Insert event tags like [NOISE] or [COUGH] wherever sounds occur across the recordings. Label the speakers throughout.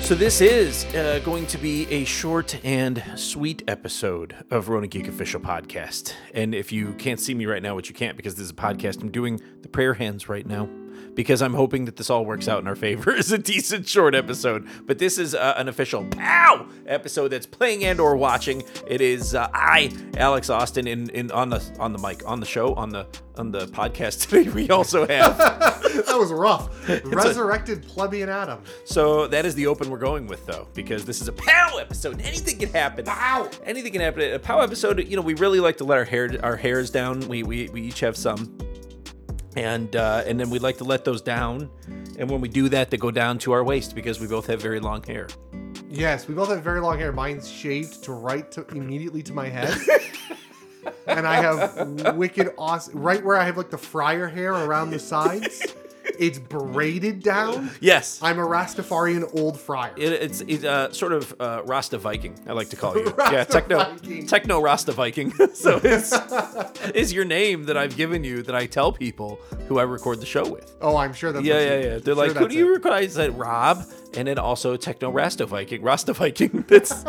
Speaker 1: So, this is uh, going to be a short and sweet episode of Rona Geek Official Podcast. And if you can't see me right now, which you can't because this is a podcast, I'm doing the prayer hands right now because I'm hoping that this all works out in our favor [LAUGHS] as a decent short episode. But this is uh, an official POW episode that's playing and or watching. It is uh, I, Alex Austin, in, in on the on the mic, on the show, on the on the podcast [LAUGHS] today. We also have
Speaker 2: [LAUGHS] That
Speaker 1: [LAUGHS]
Speaker 2: was rough. Resurrected plebeian Adam.
Speaker 1: So that is the open we're going with, though, because this is a POW episode. Anything can happen.
Speaker 2: Pow!
Speaker 1: Anything can happen. A POW episode, you know, we really like to let our hair our hairs down. We we, we each have some. And uh, and then we like to let those down. And when we do that, they go down to our waist because we both have very long hair.
Speaker 2: Yes, we both have very long hair. Mine's shaved to right to immediately to
Speaker 1: [LAUGHS]
Speaker 2: my head. and I have wicked awesome right where I have like the friar hair around the sides. It's braided down.
Speaker 1: Yes.
Speaker 2: I'm a Rastafarian old friar.
Speaker 1: It, it's it's uh, sort of uh, Rasta Viking, I like to call you.
Speaker 2: [LAUGHS] Rasta
Speaker 1: yeah, techno
Speaker 2: Viking.
Speaker 1: techno Rasta Viking. [LAUGHS] so it's is your name that I've given you that I tell people who I record the show with.
Speaker 2: oh, I'm sure that's
Speaker 1: Yeah,
Speaker 2: what
Speaker 1: yeah,
Speaker 2: you-
Speaker 1: yeah.
Speaker 2: I'm
Speaker 1: They're
Speaker 2: sure
Speaker 1: like, who
Speaker 2: that's
Speaker 1: do you
Speaker 2: it.
Speaker 1: require? I said Rob, and then also Techno Rasta Viking, Rasta Viking. [LAUGHS] That's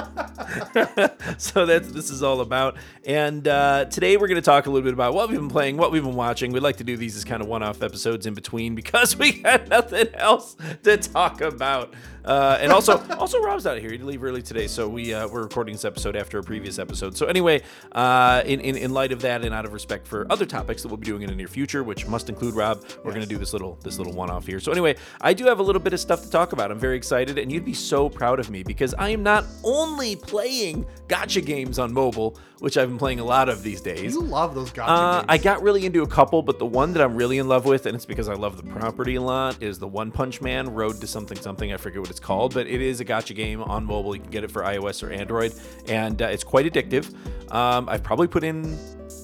Speaker 1: so that's this is all about. And uh, today we're going to talk a little bit about what we've been playing, what we've been watching. We like to do these as kind of one-off episodes in between [LAUGHS] because we got nothing else to talk about. Uh, and also, [LAUGHS] also Rob's out here. He had to leave early today, so we uh, we're recording this episode after a previous episode. So anyway, uh, in, in in light of that, and out of respect for other topics that we'll be doing in the near future, which must include Rob, we're going to do this little this little one-off here. So anyway, I do have a little bit of stuff to talk about. I'm very excited, and you'd be so proud of me because I am not only playing gotcha games on mobile, which I've been playing a lot of these days.
Speaker 2: You love those gotcha
Speaker 1: Uh, I
Speaker 2: games.
Speaker 1: got really into a couple, but the one that I'm really in love with, and it's because I love the property a lot, is the One Punch Man Road to Something Something. I forget what it's called, but it is a gotcha game on mobile. You can get it for iOS or Android, and uh, it's quite addictive. Um, I've probably put in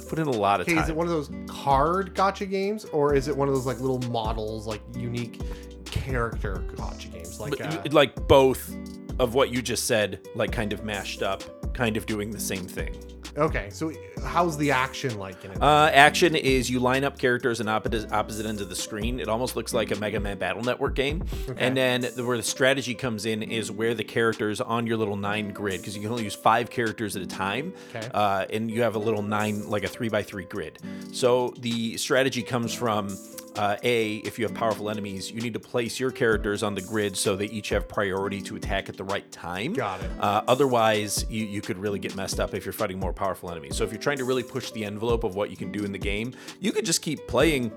Speaker 1: put in a lot of
Speaker 2: Okay, is it
Speaker 1: time.
Speaker 2: one of those card gotcha games, or is it one of those like little models, like unique character gotcha games? Like,
Speaker 1: But
Speaker 2: uh,
Speaker 1: you- Like both of what you just said, like kind of mashed up, kind of doing the same thing.
Speaker 2: okay, so how's the action like in it?
Speaker 1: Uh, action is you line up characters in opposite, opposite ends of the screen. It almost looks like a Mega Man Battle Network game. And then the, where the strategy comes in is where the characters on your little nine grid, because you can only use five characters at a time.
Speaker 2: Okay.
Speaker 1: Uh, and you have a little nine, like a three by three grid. So the strategy comes from. Uh, a, if you have powerful enemies, you need to place your characters on the grid so they each have priority to attack at the right time.
Speaker 2: Got it.
Speaker 1: Uh, otherwise, you, you could really get messed up if you're fighting more powerful enemies. So if you're trying to really push the envelope of what you can do in the game, you could just keep playing.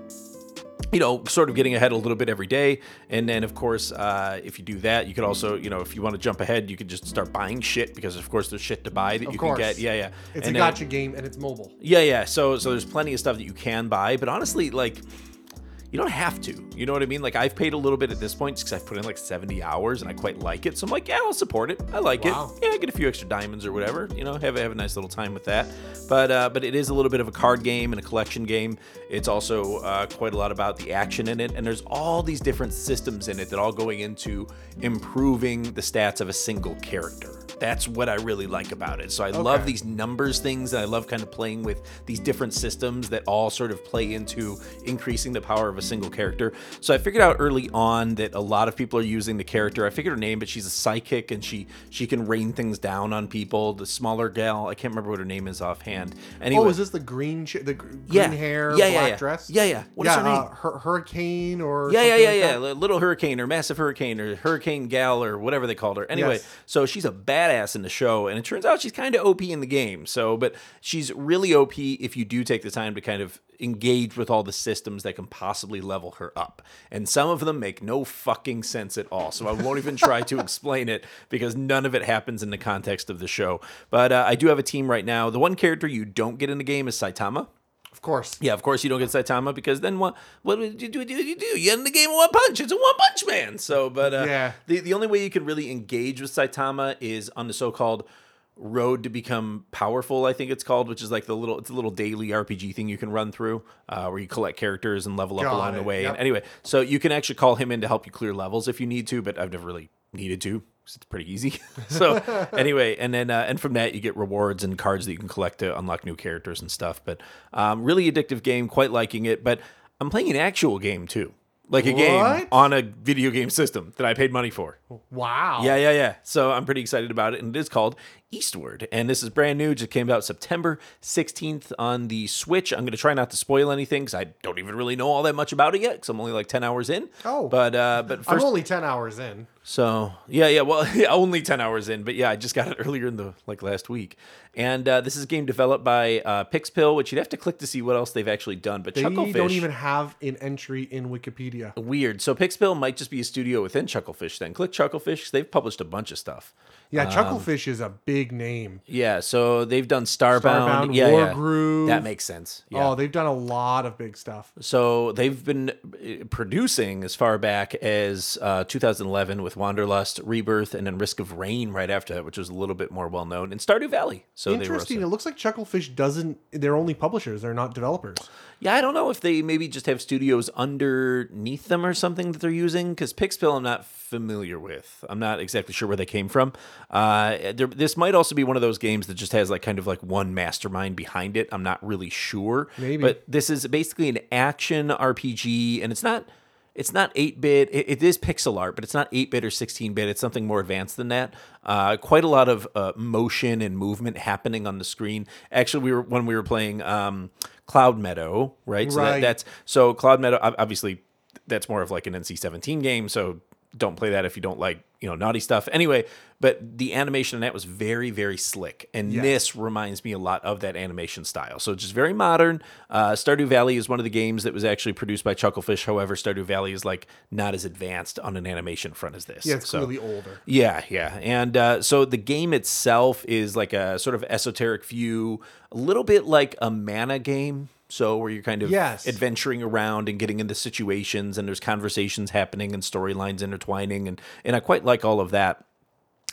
Speaker 1: You know, sort of getting ahead a little bit every day, and then of course, uh, if you do that, you could also, you know, if you want to jump ahead, you could just start buying shit because of course there's shit to buy that you
Speaker 2: course.
Speaker 1: can get. Yeah, yeah.
Speaker 2: It's
Speaker 1: And
Speaker 2: a
Speaker 1: then-
Speaker 2: gotcha game and it's mobile.
Speaker 1: yeah, yeah. So so there's plenty of stuff that you can buy, but honestly, like you don't have to. You know what I mean? Like I've paid a little bit at this point because I've put in like 70 hours and I quite like it. So I'm like, yeah, I'll support it. I like
Speaker 2: Wow.
Speaker 1: it. Yeah, I get a few extra diamonds or whatever. You know, have have a nice little time with that. But uh, but it is a little bit of a card game and a collection game. It's also uh, quite a lot about the action in it, and there's all these different systems in it that all going into improving the stats of a single character. That's what I really like about it. So I love
Speaker 2: Okay.
Speaker 1: these numbers things, and I love kind of playing with these different systems that all sort of play into increasing the power of a single character. So I figured out early on that a lot of people are using the character. I figured her name, but she's a psychic and she she can rain things down on people. The smaller gal, I can't remember what her name is offhand. Anyway,
Speaker 2: Oh, is this the green ch- the gr- green
Speaker 1: Yeah.
Speaker 2: hair,
Speaker 1: Yeah, yeah,
Speaker 2: black
Speaker 1: yeah.
Speaker 2: dress?
Speaker 1: Yeah, yeah. What
Speaker 2: What
Speaker 1: is
Speaker 2: is
Speaker 1: her name?
Speaker 2: Uh, hur- hurricane or
Speaker 1: yeah, yeah,
Speaker 2: something
Speaker 1: yeah,
Speaker 2: like
Speaker 1: yeah.
Speaker 2: that?
Speaker 1: li- Little hurricane or massive hurricane or hurricane gal or whatever they called her. Anyway,
Speaker 2: Yes.
Speaker 1: so she's a badass in the show, and it turns out she's kind of OP in the game. So, but she's really OP if you do take the time to kind of engage with all the systems that can possibly level her up. And some of them make no fucking sense at all. So I won't even try to explain it because none of it happens in the context of the show. But uh, I do have a team right now. The one character you don't get in the game is Saitama.
Speaker 2: Of course.
Speaker 1: Yeah, of course you don't get Saitama because then what? What would you do? do, you do? You end the game in one punch. It's a one punch man. So, but uh,
Speaker 2: Yeah.
Speaker 1: the the only way you can really engage with Saitama is on the so called road to become powerful. I think it's called, which is like the little it's a little daily RPG thing you can run through uh, where you collect characters and level up
Speaker 2: Got
Speaker 1: along the
Speaker 2: it.
Speaker 1: way. And
Speaker 2: Yep.
Speaker 1: anyway, so you can actually call him in to help you clear levels if you need to, but I've never really needed to. 'cause It's pretty easy. [LAUGHS]
Speaker 2: [LAUGHS]
Speaker 1: so anyway, and then uh, and from that you get rewards and cards that you can collect to unlock new characters and stuff. But um, really addictive game, quite liking it. But I'm playing an actual game too. like a game
Speaker 2: What?
Speaker 1: on a video game system that I paid money for.
Speaker 2: Wow.
Speaker 1: Yeah, yeah, yeah. So I'm pretty excited about it, and it is called Eastward, and this is brand new. Just came out September 16th on the Switch. I'm going to try not to spoil anything because I don't even really know all that much about it yet because I'm only like 10 hours in.
Speaker 2: Oh.
Speaker 1: but uh, but
Speaker 2: I'm
Speaker 1: first,
Speaker 2: only 10 hours in.
Speaker 1: so yeah, yeah. Well, [LAUGHS] yeah, only ten hours in, but yeah, I just got it [LAUGHS] earlier in the like last week, and uh, this is a game developed by uh, Pixpill, which you'd have to click to see what else they've actually done. But
Speaker 2: They
Speaker 1: Chucklefish,
Speaker 2: don't even have an entry in Wikipedia.
Speaker 1: weird. So Pixpill might just be a studio within Chucklefish. Then click Chucklefish. 'cause They've published a bunch of stuff.
Speaker 2: Yeah,
Speaker 1: Um,
Speaker 2: Chucklefish is a big name.
Speaker 1: Yeah, so they've done Starbound,
Speaker 2: Starbound,
Speaker 1: yeah,
Speaker 2: War
Speaker 1: yeah.
Speaker 2: Groove.
Speaker 1: That makes sense. Yeah.
Speaker 2: Oh, they've done a lot of big stuff.
Speaker 1: So they've been uh, producing as far back as uh, 2011 with Wanderlust, Rebirth, and then Risk of Rain right after that, which was a little bit more well known, and Stardew Valley. So they were also-
Speaker 2: Interesting. It looks like Chucklefish doesn't. They're only publishers. They're not developers.
Speaker 1: Yeah, I don't know if they maybe just have studios underneath them or something that they're using because Pixpill I'm not familiar with. I'm not exactly sure where they came from. Uh, there, this might also be one of those games that just has like kind of like one mastermind behind it. I'm not really sure.
Speaker 2: Maybe.
Speaker 1: but this is basically an action RPG, and it's not. It's not 8 bit. It, it is pixel art, but it's not 8 bit or 16 bit. It's something more advanced than that. Uh, quite a lot of uh, motion and movement happening on the screen. Actually, we were when we were playing um, Cloud Meadow, right? So that,
Speaker 2: Right.
Speaker 1: that's so Cloud Meadow. ob- Obviously, that's more of like an NC-17 game. So don't play that if you don't like you know naughty stuff. Anyway, but the animation in that was very very slick, and
Speaker 2: Yes.
Speaker 1: this reminds me a lot of that animation style. So just very modern. Uh, Stardew Valley is one of the games that was actually produced by Chucklefish. However, Stardew Valley is like not as advanced on an animation front as this.
Speaker 2: Yeah, it's
Speaker 1: So-
Speaker 2: clearly older.
Speaker 1: yeah, yeah. And uh, so the game itself is like a sort of esoteric view, a little bit like a mana game. So where you're kind of
Speaker 2: Yes.
Speaker 1: adventuring around and getting into situations and there's conversations happening and storylines intertwining and and I quite like all of that.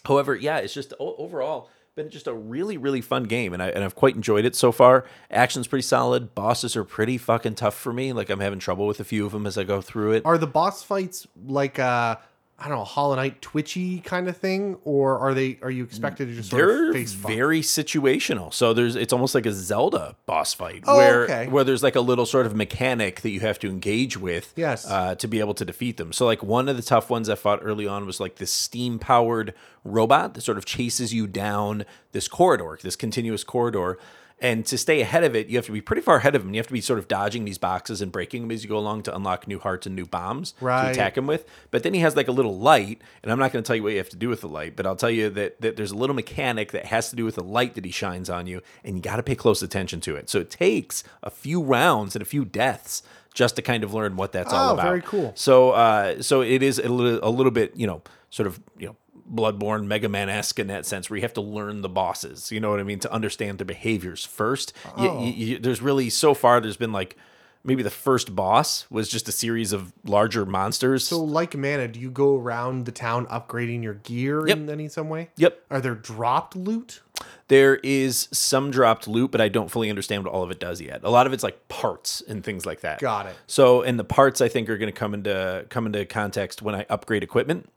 Speaker 1: However, yeah, it's just o- overall been just a really really fun game and I and I've quite enjoyed it so far. Action's pretty solid, bosses are pretty fucking tough for me. Like I'm having trouble with a few of them as I go through it.
Speaker 2: Are the boss fights like uh I don't know, Hollow Knight twitchy kind of thing, or are they? Are you expected to just sort
Speaker 1: they're
Speaker 2: of face fuck?
Speaker 1: very situational. So there's it's almost like a Zelda boss fight
Speaker 2: Oh,
Speaker 1: where
Speaker 2: okay.
Speaker 1: where there's like a little sort of mechanic that you have to engage with
Speaker 2: Yes.
Speaker 1: uh, to be able to defeat them. So like one of the tough ones I fought early on was like this steam powered robot that sort of chases you down this corridor, this continuous corridor. And to stay ahead of it, you have to be pretty far ahead of them. You have to be sort of dodging these boxes and breaking them as you go along to unlock new hearts and new bombs to
Speaker 2: Right.
Speaker 1: attack him with. But then he has like a little light, and I'm not going to tell you what you have to do with the light, but I'll tell you that, that there's a little mechanic that has to do with the light that he shines on you, and you got to pay close attention to it. So it takes a few rounds and a few deaths just to kind of learn what that's all
Speaker 2: Oh,
Speaker 1: about.
Speaker 2: very cool.
Speaker 1: So uh, so it is a little, a little bit, you know, sort of, you know, Bloodborne, Mega Man esque in that sense, where you have to learn the bosses. You know what I mean? To understand their behaviors first. Y- y- y- there's really so far. There's been like maybe the first boss was just a series of larger monsters.
Speaker 2: So, like mana, do you go around the town upgrading your gear in any some way?
Speaker 1: yep,
Speaker 2: Are there dropped loot?
Speaker 1: there is some dropped loot, but I don't fully understand what all of it does yet. A lot of it's like parts and things like that.
Speaker 2: Got it.
Speaker 1: So, and the parts I think are going to come into come into context when I upgrade equipment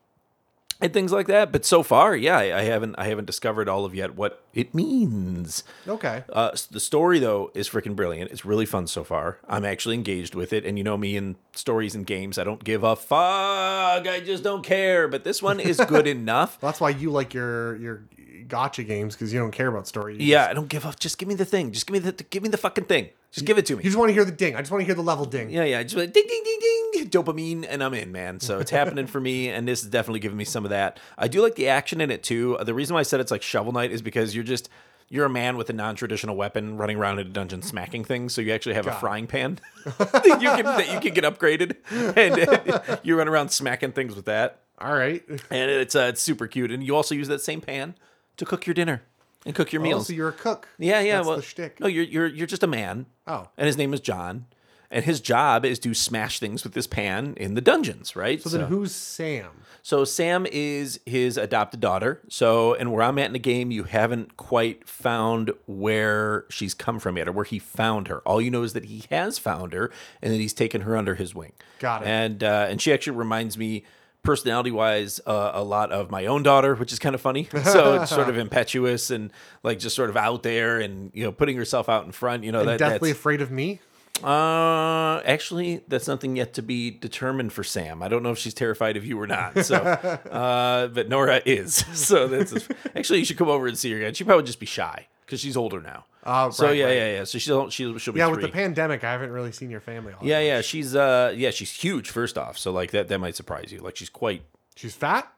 Speaker 1: and things like that. But so far, yeah, I, I haven't I haven't discovered all of yet what it means.
Speaker 2: Okay.
Speaker 1: Uh, s- the story though is freaking brilliant. It's really fun so far. I'm actually engaged with it, and you know me in stories and games, I don't give a fuck. I just don't care. But this one is
Speaker 2: [LAUGHS]
Speaker 1: good enough.
Speaker 2: Well, that's why you like your your gotcha games because you don't care about story. You
Speaker 1: Yeah, I don't give up. Just give me the thing. Just give me the give me the fucking thing. Just give it to me.
Speaker 2: just- You just want to hear the ding. I just want to hear the level ding.
Speaker 1: Yeah, yeah. Just like ding, ding, ding, ding. Dopamine, and I'm in, man. So it's happening for me, and this is definitely giving me some of that. I do like the action in it too. The reason why I said it's like Shovel Knight is because you're just you're a man with a non-traditional weapon running around in a dungeon smacking things. So you actually have a frying pan [LAUGHS] that you can that you can get upgraded, and [LAUGHS] you run around smacking things with that.
Speaker 2: All right.
Speaker 1: And it's uh, it's super cute. And you also use that same pan to cook your dinner and cook your
Speaker 2: Oh,
Speaker 1: meals.
Speaker 2: so you're a cook.
Speaker 1: Yeah, yeah.
Speaker 2: That's
Speaker 1: well,
Speaker 2: the shtick.
Speaker 1: No, you're you're you're just a man.
Speaker 2: Oh.
Speaker 1: And his name is John, and his job is to smash things with this pan in the dungeons, right? So,
Speaker 2: Then who's Sam?
Speaker 1: so Sam is his adopted daughter. So, and where I'm at in the game, you haven't quite found where she's come from yet, or where he found her. All you know is that he has found her, and that he's taken her under his wing.
Speaker 2: Got it.
Speaker 1: And uh, and she actually reminds me, personality wise, uh, a lot of my own daughter, which is kind of
Speaker 2: [LAUGHS]
Speaker 1: funny. So it's sort of impetuous and like just sort of out there, and you know, putting herself out in front. You know, that,
Speaker 2: Deathly
Speaker 1: that's
Speaker 2: afraid of me.
Speaker 1: Uh, actually, that's something yet to be determined for Sam. I don't know if she's terrified of you or not.
Speaker 2: [LAUGHS]
Speaker 1: So, uh, but Nora is. [LAUGHS] So that's actually you should come over and see her again. She'd probably just be shy because she's older now.
Speaker 2: Oh,
Speaker 1: so
Speaker 2: right,
Speaker 1: yeah,
Speaker 2: right.
Speaker 1: yeah, yeah. So she'll she'll she'll be
Speaker 2: Yeah,
Speaker 1: three.
Speaker 2: with the pandemic, I haven't really seen your family. All that
Speaker 1: yeah,
Speaker 2: much.
Speaker 1: yeah. She's uh, yeah, she's huge. First off, so like that that might surprise you. Like she's quite
Speaker 2: She's fat.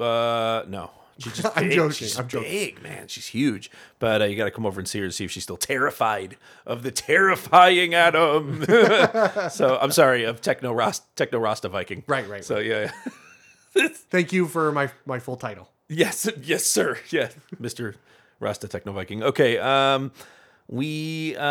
Speaker 1: uh, no. She's just
Speaker 2: [LAUGHS] I'm
Speaker 1: big.
Speaker 2: joking,
Speaker 1: She's
Speaker 2: I'm joking.
Speaker 1: big, man. She's huge. But uh, you got to come over and see her to see if she's still terrified of the terrifying Adam. [LAUGHS] so I'm sorry, of Techno Ros- Techno Rasta Viking.
Speaker 2: Right, right,
Speaker 1: So yeah, yeah.
Speaker 2: Thank you for my my full title.
Speaker 1: yes, yes, sir. Yeah, Mister Rasta Techno Viking. Okay. Um, we uh,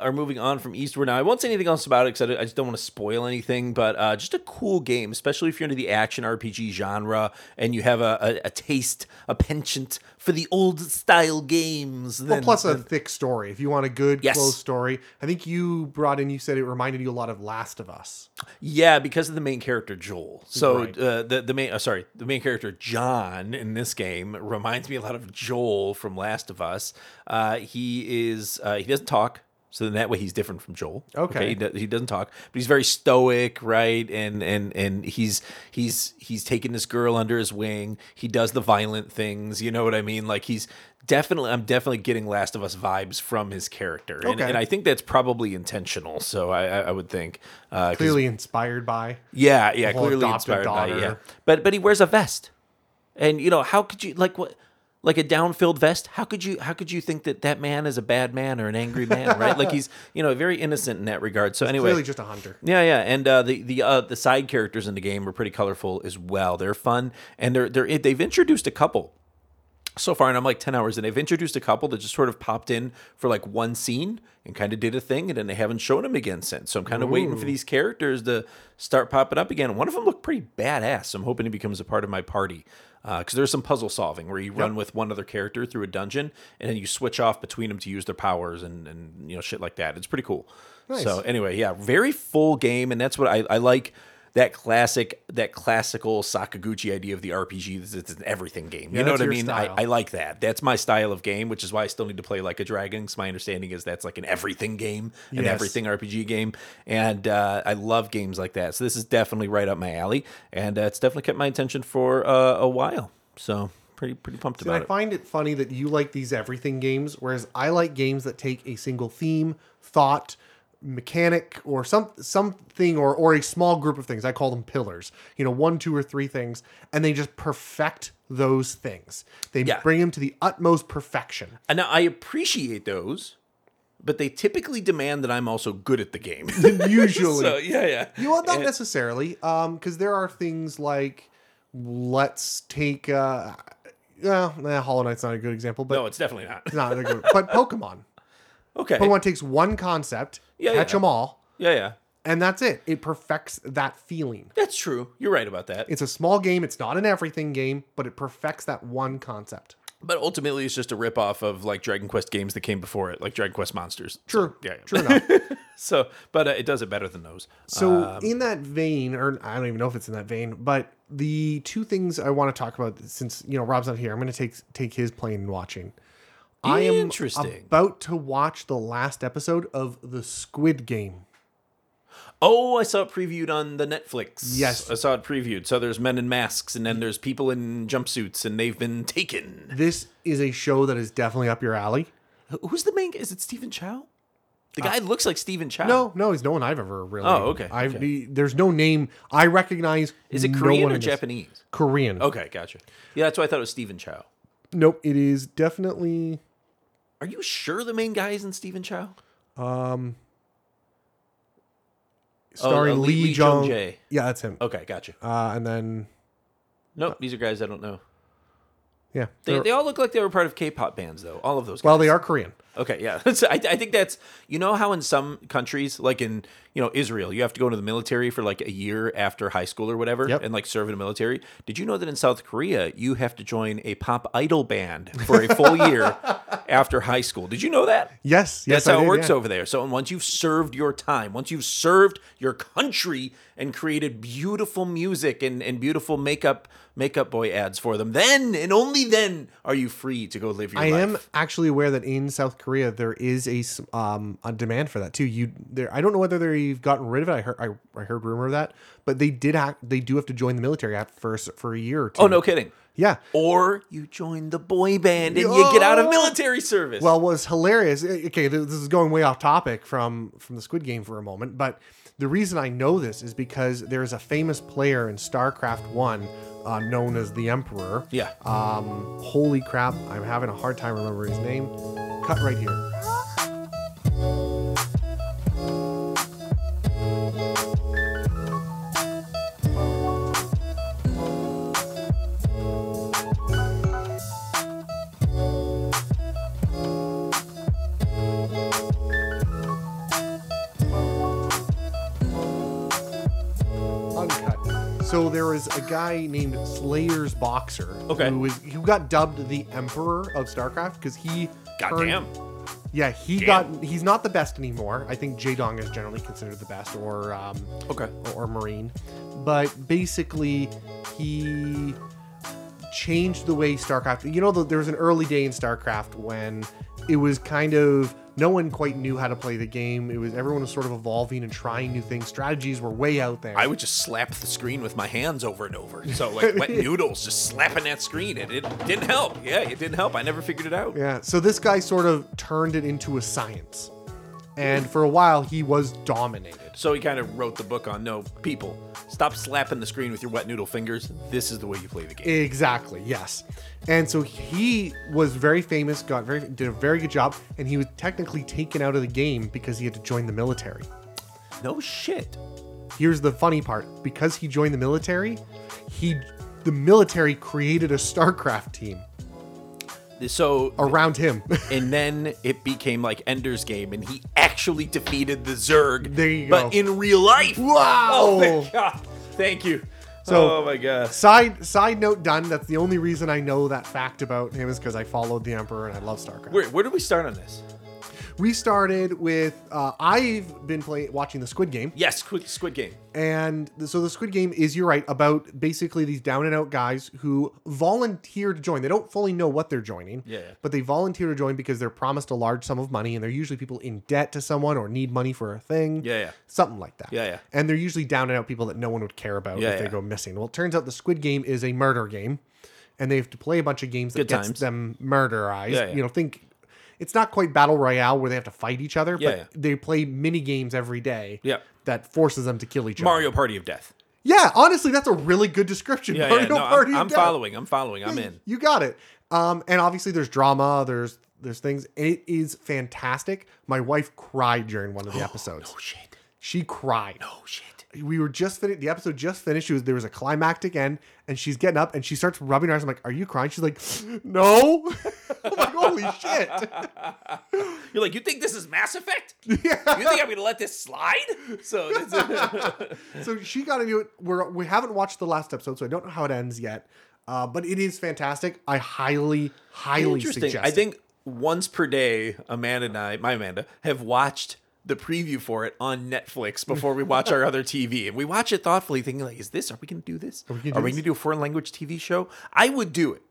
Speaker 1: are moving on from Eastward now. I won't say anything else about it because I, don't- I just don't want to spoil anything. But uh, just a cool game, especially if you're into the action RPG genre and you have a, a, a taste, a penchant for the old style games. Then,
Speaker 2: Well, plus a thick story. If you want a good,
Speaker 1: Yes.
Speaker 2: close story, I think you brought in. You said it reminded you a lot of Last of Us.
Speaker 1: Yeah, because of the main character Joel. So
Speaker 2: Right.
Speaker 1: uh, the the main uh, sorry the main character John in this game reminds me a lot of Joel from Last of Us. Uh, he is uh, he doesn't talk. So then that way he's different from Joel.
Speaker 2: Okay.
Speaker 1: he, do- he doesn't talk, but he's very stoic, right? And and and he's he's he's taking this girl under his wing. He does the violent things, you know what I mean? Like he's definitely I'm definitely getting Last of Us vibes from his character, and,
Speaker 2: Okay.
Speaker 1: and I think that's probably intentional. So I I, I would think uh, 'cause
Speaker 2: Clearly inspired by.
Speaker 1: yeah, yeah,
Speaker 2: whole
Speaker 1: clearly
Speaker 2: adopted
Speaker 1: inspired by it, yeah.
Speaker 2: daughter.
Speaker 1: But but he wears a vest, and you know how could you like what like a down-filled vest? How could you how could you think that that man is a bad man or an angry man, right? like he's you know very innocent in that regard. So anyway,
Speaker 2: Clearly just a hunter.
Speaker 1: yeah, yeah, and uh, the the uh, the side characters in the game are pretty colorful as well. They're fun, and they're they're they've introduced a couple so far, and I'm like ten hours, and they've introduced a couple that just sort of popped in for like one scene and kind of did a thing, and then they haven't shown them again since. So I'm kind of waiting for these characters to start popping up again. One of them looked pretty badass. So I'm hoping he becomes a part of my party because there's some puzzle solving where you run with one other character through a dungeon, and then you switch off between them to use their powers and and you know shit like that. It's pretty cool. So anyway, yeah, very full game, and that's what I, I like. That classic, that classical Sakaguchi idea of the RPG. This is an everything game. You know what
Speaker 2: that's
Speaker 1: I
Speaker 2: your
Speaker 1: mean? I,
Speaker 2: style.
Speaker 1: I like that. That's my style of game, which is why I still need to play like a dragon. 'cause my understanding is that's like an everything game, an
Speaker 2: Yes.
Speaker 1: everything RPG game, and uh, I love games like that. So this is definitely right up my alley, and uh, it's definitely kept my attention for uh, a while. So pretty pretty pumped
Speaker 2: And
Speaker 1: about
Speaker 2: I
Speaker 1: it.
Speaker 2: find it funny that you like these everything games, whereas I like games that take a single theme, thought, mechanic, or some something, or or a small group of things. I call them pillars. You know, one, two, or three things, and they just perfect those things. They
Speaker 1: Yeah.
Speaker 2: bring them to the utmost perfection.
Speaker 1: And now I appreciate those, but they typically demand that I'm also good at the
Speaker 2: [LAUGHS]
Speaker 1: game. [LAUGHS]
Speaker 2: Usually,
Speaker 1: so yeah, yeah.
Speaker 2: You well, not necessarily, um, because there are things like let's take uh, uh, nah, Hollow Knight's not a good example, but
Speaker 1: No, it's definitely not.
Speaker 2: it's not a good. But Pokemon,
Speaker 1: [LAUGHS] Okay.
Speaker 2: Pokemon takes one concept,
Speaker 1: Yeah,
Speaker 2: catch
Speaker 1: yeah.
Speaker 2: them all,
Speaker 1: Yeah, yeah.
Speaker 2: and that's it. It perfects that feeling.
Speaker 1: That's true. You're right about that.
Speaker 2: It's a small game. It's not an everything game, but it perfects that one concept.
Speaker 1: But ultimately, it's just a ripoff of like Dragon Quest games that came before it, like Dragon Quest Monsters.
Speaker 2: True.
Speaker 1: yeah, yeah.
Speaker 2: True enough.
Speaker 1: So, but uh, it does it better than those.
Speaker 2: So
Speaker 1: Um,
Speaker 2: in that vein, or I don't even know if it's in that vein, but the two things I want to talk about since you know Rob's not here, I'm going to take take his plane and watching. I am
Speaker 1: Interesting.
Speaker 2: about to watch the last episode of the Squid Game.
Speaker 1: oh, I saw it previewed on the Netflix.
Speaker 2: Yes.
Speaker 1: I saw it previewed. So there's men in masks, and then there's people in jumpsuits, and they've been taken.
Speaker 2: This is a show that is definitely up your alley.
Speaker 1: Wh- Who's the main? Is it Stephen Chow? The guy looks like Stephen Chow.
Speaker 2: No, no, he's no one I've ever really.
Speaker 1: Oh, okay,
Speaker 2: I've,
Speaker 1: okay.
Speaker 2: There's no name I recognize.
Speaker 1: Is it
Speaker 2: no
Speaker 1: Korean
Speaker 2: one
Speaker 1: or
Speaker 2: in this.
Speaker 1: Japanese? Oh.
Speaker 2: Korean.
Speaker 1: Okay, gotcha. Yeah, that's why I thought it was Stephen Chow.
Speaker 2: Nope, it is definitely.
Speaker 1: Are you sure the main guy isn't Stephen Chow?
Speaker 2: Um,
Speaker 1: Oh, uh,
Speaker 2: starring
Speaker 1: Lee-
Speaker 2: Lee,
Speaker 1: Lee
Speaker 2: Jong.
Speaker 1: Jong-jae.
Speaker 2: Yeah, that's him.
Speaker 1: Okay, gotcha.
Speaker 2: Uh, and then
Speaker 1: Nope, these are guys I don't know.
Speaker 2: yeah,
Speaker 1: They,
Speaker 2: they're-
Speaker 1: they all look like they were part of K-pop bands, though. All of those. Guys.
Speaker 2: well, they are Korean.
Speaker 1: Okay, yeah. [LAUGHS] So I, I think that's you know how in some countries, like in you know Israel, you have to go into the military for like a year after high school or whatever,
Speaker 2: Yep.
Speaker 1: and like serve in the military. Did you know that in South Korea you have to join a pop idol band for a full
Speaker 2: [LAUGHS]
Speaker 1: year after high school? Did you know that?
Speaker 2: Yes, yes,
Speaker 1: That's how
Speaker 2: I
Speaker 1: it
Speaker 2: did,
Speaker 1: works
Speaker 2: yeah.
Speaker 1: over there. So once you've served your time, once you've served your country and created beautiful music and, and beautiful makeup makeup boy ads for them, then and only then are you free to go live your
Speaker 2: I
Speaker 1: life.
Speaker 2: am actually aware that in South Korea, there is a s- um a demand for that too. You there, I don't know whether they've gotten rid of it. I heard I, I heard rumor of that, but they did ha- they do have to join the military at first for a year or two.
Speaker 1: Oh, no kidding.
Speaker 2: yeah.
Speaker 1: Or you join the boy band and you get out of military service.
Speaker 2: Well, what was hilarious. eh, Okay, th- this is going way off topic from from the Squid Game for a moment, but the reason I know this is because there is a famous player in StarCraft One, uh, known as the Emperor.
Speaker 1: yeah.
Speaker 2: Um, holy crap! I'm having a hard time remembering his name. Cut right here. uncut. So there was a guy named Slayer's Boxer
Speaker 1: Okay.
Speaker 2: who was who got dubbed the Emperor of StarCraft because he turned-
Speaker 1: Goddamn.
Speaker 2: yeah he
Speaker 1: Damn.
Speaker 2: got he's not the best anymore. I think Jadong is generally considered the best or um,
Speaker 1: Okay.
Speaker 2: or Marine, but basically he changed the way StarCraft. You know, the, there was an early day in StarCraft when it was kind of no one quite knew how to play the game. It was everyone was sort of evolving and trying new things. Strategies were way out there.
Speaker 1: I would just slap the screen with my hands over and over.
Speaker 2: [LAUGHS]
Speaker 1: So like wet noodles, just slapping that screen, and it didn't help. Yeah, it didn't help. I never figured it out.
Speaker 2: Yeah. So this guy sort of turned it into a science. And for a while, he was dominated.
Speaker 1: So he kind of wrote the book on no people. Stop slapping the screen with your wet noodle fingers. This is the way you play the game.
Speaker 2: Exactly. Yes. And so he was very famous, got very did a very good job, and he was technically taken out of the game because he had to join the military.
Speaker 1: no shit.
Speaker 2: Here's the funny part: because he joined the military, he the military created a StarCraft team
Speaker 1: So
Speaker 2: around him. [LAUGHS]
Speaker 1: and then it became like Ender's Game, and he actually defeated the Zerg.
Speaker 2: There you
Speaker 1: But
Speaker 2: go.
Speaker 1: in real life. [LAUGHS]
Speaker 2: Wow.
Speaker 1: Oh my god. Thank you.
Speaker 2: So-
Speaker 1: oh my gosh.
Speaker 2: side side note done. That's the only reason I know that fact about him is because I followed the Emperor and I love StarCraft.
Speaker 1: Where, where did we start on this?
Speaker 2: We started with uh, I've been playing watching the Squid Game,
Speaker 1: Yes, Squid, Squid Game.
Speaker 2: and so the Squid Game is you're right about basically these down and out guys who volunteer to join. They don't fully know what they're joining,
Speaker 1: Yeah.
Speaker 2: but they volunteer to join because they're promised a large sum of money, and they're usually people in debt to someone or need money for a thing,
Speaker 1: Yeah, yeah.
Speaker 2: something like that.
Speaker 1: Yeah, yeah.
Speaker 2: And they're usually down and out people that no one would care about
Speaker 1: Yeah,
Speaker 2: if they
Speaker 1: yeah.
Speaker 2: go missing. Well, it turns out the Squid Game is a murder game, and they have to play a bunch of games that
Speaker 1: Good
Speaker 2: gets
Speaker 1: times.
Speaker 2: them murderized.
Speaker 1: Yeah, yeah.
Speaker 2: You know, think it's not quite battle royale where they have to fight each other,
Speaker 1: Yeah,
Speaker 2: but
Speaker 1: yeah.
Speaker 2: they play mini games every day.
Speaker 1: Yeah.
Speaker 2: That forces them to kill each other.
Speaker 1: Mario Party of Death.
Speaker 2: Yeah, honestly, that's a really good description.
Speaker 1: Yeah,
Speaker 2: Mario
Speaker 1: yeah. No, I'm-
Speaker 2: Party
Speaker 1: I'm,
Speaker 2: Death.
Speaker 1: following. I'm following. I'm in.
Speaker 2: You got it. Um, and obviously, there's drama. There's there's things. It is fantastic. My wife cried during one of the episodes.
Speaker 1: Oh, shit.
Speaker 2: She cried.
Speaker 1: Oh shit.
Speaker 2: We were just finished. The episode just finished. She was there was a climactic end, and she's getting up and she starts rubbing her eyes. I'm like, "Are you crying?" She's like, "No." [LAUGHS] I'm like, "Holy shit!"
Speaker 1: You're like, you think this is Mass
Speaker 2: [LAUGHS]
Speaker 1: Effect? Yeah. You think I'm gonna let this slide? So
Speaker 2: [LAUGHS]
Speaker 1: it's-
Speaker 2: so she got into it. We're we haven't watched the last episode, so I don't know how it ends yet. Uh, but it is fantastic. I highly, highly
Speaker 1: interesting.
Speaker 2: suggest.
Speaker 1: I
Speaker 2: it.
Speaker 1: think once per day, Amanda and I, my Amanda, have watched the preview for it on Netflix before we watch our other TV, and we watch it thoughtfully, thinking like, is this? Are we gonna do this? Are we
Speaker 2: gonna
Speaker 1: gonna,
Speaker 2: do
Speaker 1: do,
Speaker 2: this?
Speaker 1: a foreign language TV show? I would do it.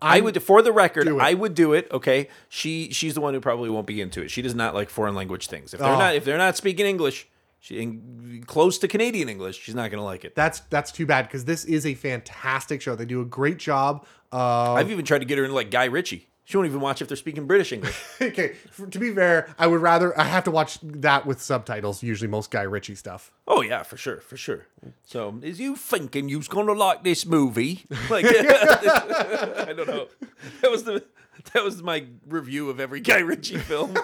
Speaker 1: i would, for the record,
Speaker 2: Do it.
Speaker 1: I would do it. Okay, she she's the one who probably won't be into it. She does not like foreign language things. If they're
Speaker 2: Oh.
Speaker 1: not if they're not speaking English, she in, close to Canadian English, she's not gonna like it.
Speaker 2: that's that's too bad because this is a fantastic show. They do a great job. Uh,
Speaker 1: I've even tried to get her into like Guy Ritchie. She won't even watch if they're speaking British English.
Speaker 2: [LAUGHS] okay, f- to be fair, I would rather I have to watch that with subtitles. Usually, most Guy Ritchie stuff.
Speaker 1: Oh yeah, for sure, for sure. So is you thinking you's gonna like this [LAUGHS] movie? Like I don't know. That was the that was my review of every Guy Ritchie [LAUGHS] film.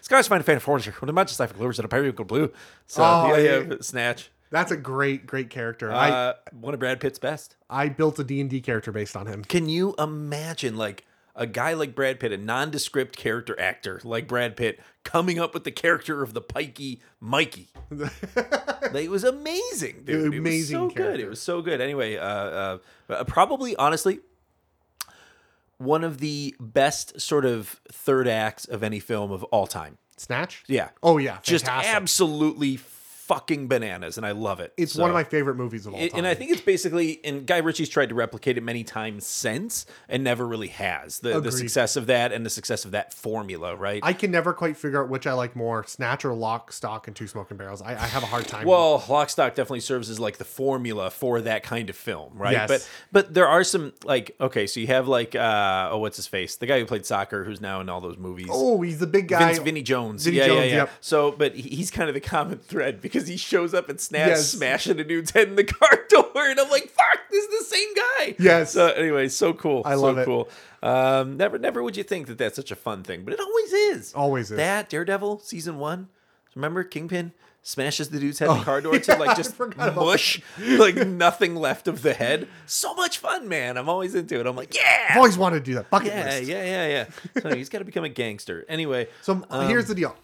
Speaker 1: Scottish mind fan of Forger. When the Manchester Cypher Glowers at a Periwinkle Blue. So
Speaker 2: Oh,
Speaker 1: yeah,
Speaker 2: yeah.
Speaker 1: yeah, Snatch.
Speaker 2: That's a great, great character. I
Speaker 1: Uh, one of Brad Pitt's best.
Speaker 2: I built a D and D character based on him.
Speaker 1: Can you imagine like a guy like Brad Pitt, a nondescript character actor like Brad Pitt, coming up with the character of the pikey Mikey?
Speaker 2: [LAUGHS]
Speaker 1: Like, it was amazing, dude. It was
Speaker 2: Amazing
Speaker 1: so good.
Speaker 2: character.
Speaker 1: It was so good. Anyway, uh, uh, uh, probably honestly, one of the best sort of third acts of any film of all time.
Speaker 2: Snatch.
Speaker 1: Yeah,
Speaker 2: Oh yeah.
Speaker 1: just
Speaker 2: fantastic.
Speaker 1: absolutely fucking bananas, and I love it.
Speaker 2: It's
Speaker 1: So-
Speaker 2: one of my favorite movies of all
Speaker 1: it-
Speaker 2: time.
Speaker 1: and I think it's basically, and Guy Ritchie's tried to replicate it many times since, and never really has. The, the
Speaker 2: Agreed.
Speaker 1: success of that and the success of that formula, right?
Speaker 2: I can never quite figure out which I like more, Snatch or Lock, Stock, and Two Smoking Barrels. I, I have a hard time.
Speaker 1: Well, Lockstock definitely serves as like the formula for that kind of film, right?
Speaker 2: Yes.
Speaker 1: But but there are some like okay, so you have like uh oh what's his face? The guy who played soccer who's now in all those movies.
Speaker 2: oh, he's the big guy.
Speaker 1: Vince Vinny Jones.
Speaker 2: Vinny
Speaker 1: yeah, yeah,
Speaker 2: Jones,
Speaker 1: yeah.
Speaker 2: yep.
Speaker 1: So, but he- he's kind of the common thread because he shows up and snaps,
Speaker 2: Yes.
Speaker 1: smashing a dude's head in the car [LAUGHS] door, and I'm like, "Fuck, this is the same guy."
Speaker 2: Yes.
Speaker 1: So, anyway, so cool.
Speaker 2: I
Speaker 1: so
Speaker 2: love it.
Speaker 1: Cool. Um, never, never would you think that that's such a fun thing, but it always is.
Speaker 2: Always is.
Speaker 1: That Daredevil season one. Remember Kingpin smashes the dude's head in the car
Speaker 2: [LAUGHS]
Speaker 1: door to
Speaker 2: Oh, yeah, I
Speaker 1: like just
Speaker 2: forgot about
Speaker 1: mush, like nothing left of the head. So much fun, man. I'm always into it. I'm like,
Speaker 2: I've
Speaker 1: yeah.
Speaker 2: always wanted to do that. Bucket
Speaker 1: Yeah,
Speaker 2: list.
Speaker 1: yeah, yeah, yeah. So he's got to become a gangster. Anyway, um,
Speaker 2: So here's the deal.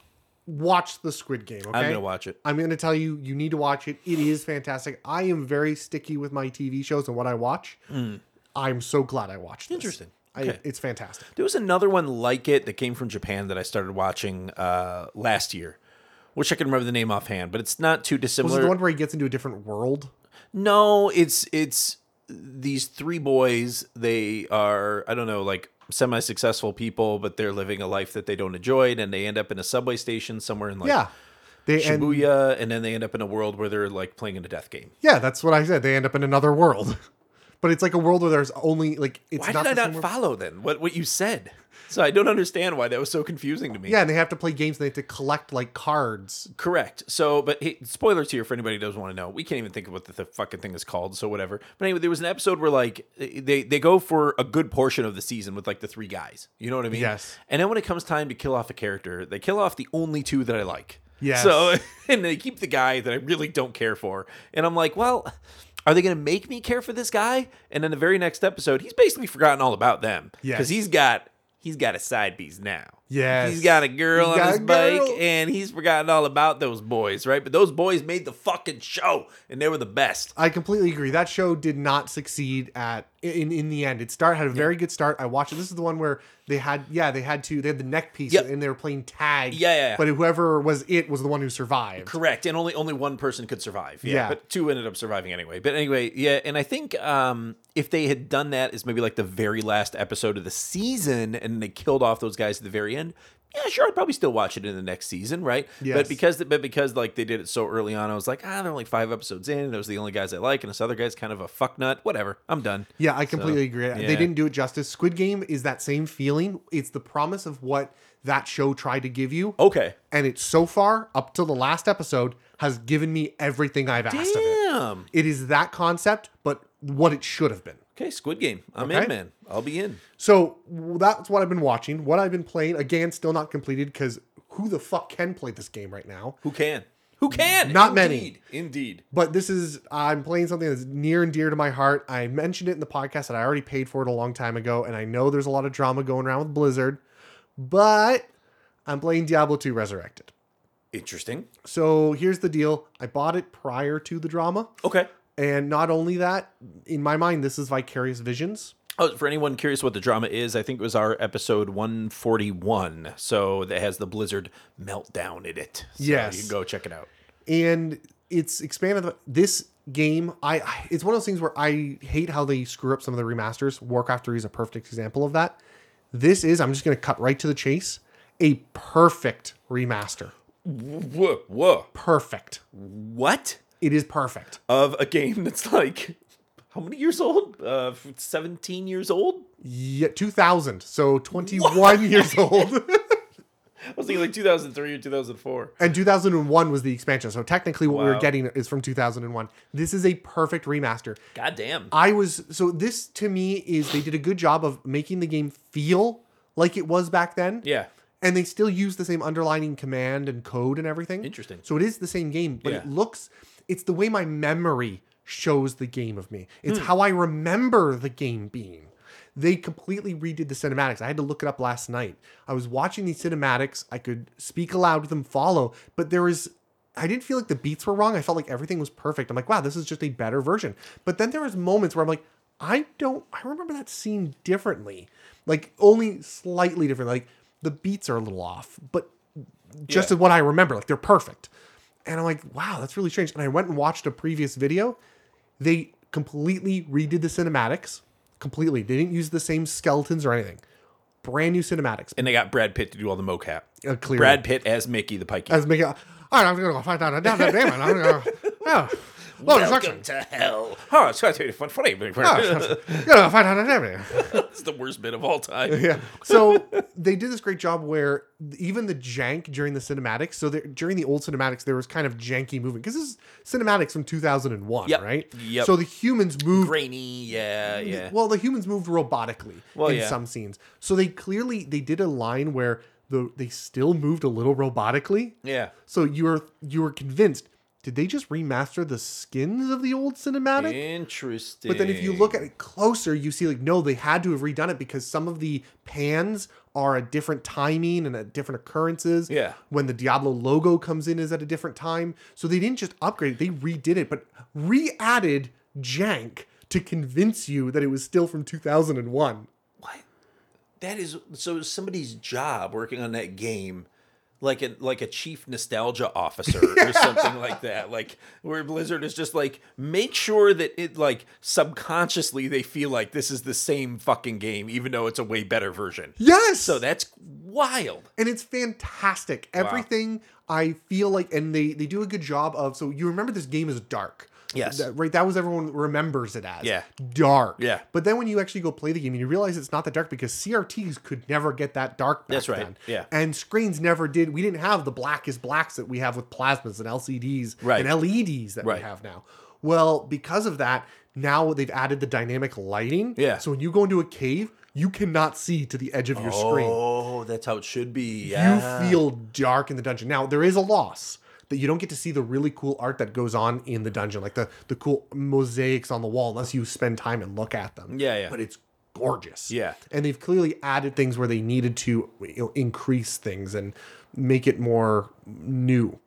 Speaker 2: Watch the Squid Game. Okay?
Speaker 1: I'm gonna watch it.
Speaker 2: I'm going to tell you, you need to watch it. It is fantastic. I am very sticky with my TV shows and what I watch. I'm so glad I watched. This.
Speaker 1: Mm. Interesting.
Speaker 2: I,
Speaker 1: Okay.
Speaker 2: it's fantastic.
Speaker 1: There was another one like it that came from Japan that I started watching uh, last year. Wish I could remember the name offhand, but it's not too
Speaker 2: Was
Speaker 1: dissimilar.
Speaker 2: it the one where he gets into a different world?
Speaker 1: No, it's it's these three boys. They are I don't know like semi-successful people, but they're living a life that they don't enjoy, and they end up in a subway station somewhere in like
Speaker 2: Yeah. They and
Speaker 1: Shibuya, and, then they end up in a world where they're like playing in a death game.
Speaker 2: yeah, that's what I said. They end up in another world, [LAUGHS] but it's like a world where there's only like it's
Speaker 1: Why
Speaker 2: not
Speaker 1: did I
Speaker 2: the
Speaker 1: not
Speaker 2: same world.
Speaker 1: follow then what what you said? So I don't understand why that was so confusing to me.
Speaker 2: Yeah, and they have to play games. and They have to collect like cards.
Speaker 1: Correct. So, but hey, spoilers here for anybody who doesn't want to know. We can't even think of what the, the fucking thing is called. So whatever. But anyway, there was an episode where like they they go for a good portion of the season with like the three guys. You know what I mean?
Speaker 2: Yes.
Speaker 1: And then when it comes time to kill off a character, they kill off the only two that I like.
Speaker 2: Yes.
Speaker 1: So [LAUGHS] and they keep the guy that I really don't care for. And I'm like, well. Are they going to make me care for this guy? And then the very next episode, he's basically forgotten all about them
Speaker 2: Yes.
Speaker 1: because he's got he's got a side piece now.
Speaker 2: Yes.
Speaker 1: he's got a girl
Speaker 2: He's
Speaker 1: on
Speaker 2: got
Speaker 1: his
Speaker 2: a
Speaker 1: bike,
Speaker 2: girl.
Speaker 1: and he's forgotten all about those boys, right? But those boys made the fucking show, and they were the best.
Speaker 2: I completely agree. That show did not succeed at in in the end. It start had a very good start. I watched it. This is the one where they had yeah they had to they had the neck piece
Speaker 1: Yep.
Speaker 2: and they were playing tag.
Speaker 1: Yeah, yeah, yeah.
Speaker 2: But whoever was it was the one who survived.
Speaker 1: Correct, and only only one person could survive. Yeah,
Speaker 2: Yeah.
Speaker 1: but two ended up surviving anyway. But anyway, yeah, and I think um, if they had done that as maybe like the very last episode of the season, and they killed off those guys at the very end. Yeah, sure. I'd probably still watch it in the next season, right? But
Speaker 2: Yes.
Speaker 1: because but because like they did it so early on, I was like, ah, they're only five episodes in. And those are the only guys I like, and this other guy's kind of a fuck nut. Whatever, I'm done.
Speaker 2: Yeah, I completely agree.
Speaker 1: yeah.
Speaker 2: They didn't do it justice. Squid Game is that same feeling. It's the promise of what that show tried to give you,
Speaker 1: Okay,
Speaker 2: and it so far up till the last episode has given me everything I've asked of it.
Speaker 1: damn.
Speaker 2: It is that concept, but what it should have been.
Speaker 1: Okay, Squid Game. I'm
Speaker 2: Okay.
Speaker 1: in, man. I'll be in.
Speaker 2: So w- that's what I've been watching. What I've been playing again, still not completed because who the fuck can play this game right now?
Speaker 1: Who can? Who can?
Speaker 2: Not many.
Speaker 1: Indeed. Indeed.
Speaker 2: But this is I'm playing something that's near and dear to my heart. I mentioned it in the podcast that I already paid for it a long time ago, and I know there's a lot of drama going around with Blizzard, but I'm playing Diablo 2 Resurrected.
Speaker 1: Interesting.
Speaker 2: So here's the deal: I bought it prior to the drama,
Speaker 1: Okay.
Speaker 2: and not only that, in my mind, this is Vicarious Visions.
Speaker 1: Oh, for anyone curious what the drama is, I think it was our episode 141. So that has the Blizzard meltdown in it. So
Speaker 2: Yes.
Speaker 1: You can go check it out.
Speaker 2: and it's expanded this game I- i it's one of those things where i hate how they screw up some of the remasters warcraft 3 is a perfect example of that this is i'm just going to cut right to the chase a perfect remaster
Speaker 1: Whoa, whoa.
Speaker 2: perfect
Speaker 1: What?
Speaker 2: it is perfect
Speaker 1: Of a game that's like, how many years old? Uh, 17 years old?
Speaker 2: yeah 2000 so 21 years old [LAUGHS]
Speaker 1: I was thinking like 2003 or 2004.
Speaker 2: and 2001 was the expansion so technically what we
Speaker 1: Wow.
Speaker 2: were getting is from 2001 this is a perfect remaster
Speaker 1: God damn.
Speaker 2: I was so this to me is they did a good job of making the game feel like it was back then.
Speaker 1: Yeah.
Speaker 2: And they still use the same underlining command and code and everything.
Speaker 1: Interesting.
Speaker 2: So it is the same game, but it
Speaker 1: Yeah.
Speaker 2: looks it's the way my memory shows the game of me. It's
Speaker 1: Hmm.
Speaker 2: how I remember the game being. They completely redid the cinematics. I had to look it up last night. I was watching these cinematics. I could speak aloud with them, follow, but there is I didn't feel like the beats were wrong. I felt like everything was perfect. I'm like, wow, this is just a better version. But then there was moments where I'm like, I don't I remember that scene differently. Like only slightly different. Like the beats are a little off, but just
Speaker 1: Yeah.
Speaker 2: as what I remember, like they're perfect. And I'm like, wow, that's really strange. And I went and watched a previous video. They completely redid the cinematics. Completely. They didn't use the same skeletons or anything. Brand new cinematics.
Speaker 1: And they got Brad Pitt to do all the mocap.
Speaker 2: Uh, clearly.
Speaker 1: Brad Pitt as Mickey the Pikey.
Speaker 2: As making, all right, I'm gonna go find out. Damn it, damn it, I'm gonna go. Oh, well, it's actually,
Speaker 1: to hell. Oh, it's quite fun- funny.
Speaker 2: oh, I'm gonna find out. Damn it.
Speaker 1: [LAUGHS] It's the worst bit of all time.
Speaker 2: Yeah. So
Speaker 1: [LAUGHS]
Speaker 2: they did this great job where even the jank during the cinematics. So there, during the old cinematics, there was kind of janky movement because this is cinematics from 2001,
Speaker 1: Yep.
Speaker 2: right?
Speaker 1: Yep.
Speaker 2: So the humans moved.
Speaker 1: Grainy. Yeah, yeah.
Speaker 2: Well, the humans moved robotically
Speaker 1: Well,
Speaker 2: in
Speaker 1: yeah.
Speaker 2: some scenes. So they clearly they did a line where the they still moved a little robotically.
Speaker 1: Yeah.
Speaker 2: So you were you were convinced. Did they just remaster the skins of the old cinematic?
Speaker 1: Interesting.
Speaker 2: But then if you look at it closer, you see like no, they had to have redone it because some of the pans are at different timing and at different occurrences.
Speaker 1: Yeah.
Speaker 2: When the Diablo logo comes in is at a different time. So they didn't just upgrade it, they redid it, but re-added jank to convince you that it was still from 2001.
Speaker 1: what? That is so somebody's job working on that game, like a like a chief nostalgia officer
Speaker 2: [LAUGHS]
Speaker 1: or something like that. Like where Blizzard is just like make sure that it like subconsciously they feel like this is the same fucking game, even though it's a way better version.
Speaker 2: Yes.
Speaker 1: So that's wild.
Speaker 2: and it's fantastic. Everything I feel like, and they they do a good job of. So you remember this game is dark.
Speaker 1: Yes.
Speaker 2: That- right. That was everyone remembers it as.
Speaker 1: Yeah.
Speaker 2: Dark.
Speaker 1: Yeah.
Speaker 2: But then when you actually go play the game and you realize it's not that dark because CRTs could never get that dark. Back
Speaker 1: That's right.
Speaker 2: Then.
Speaker 1: Yeah.
Speaker 2: And screens never did. We didn't have the blackest blacks that we have with plasmas and LCDs
Speaker 1: Right.
Speaker 2: and LEDs that
Speaker 1: Right.
Speaker 2: we have now. Well, because of that, now they've added the dynamic lighting.
Speaker 1: Yeah.
Speaker 2: So when you go into a cave, you cannot see to the edge of your screen
Speaker 1: Oh, that's how it should be.
Speaker 2: you
Speaker 1: Yeah.
Speaker 2: feel dark in the dungeon. Now there is a loss that you don't get to see the really cool art that goes on in the dungeon, like the the cool mosaics on the wall, unless you spend time and look at them.
Speaker 1: Yeah, yeah.
Speaker 2: But it's gorgeous.
Speaker 1: Yeah.
Speaker 2: And they've clearly added things where they needed to you know, increase things and make it more new.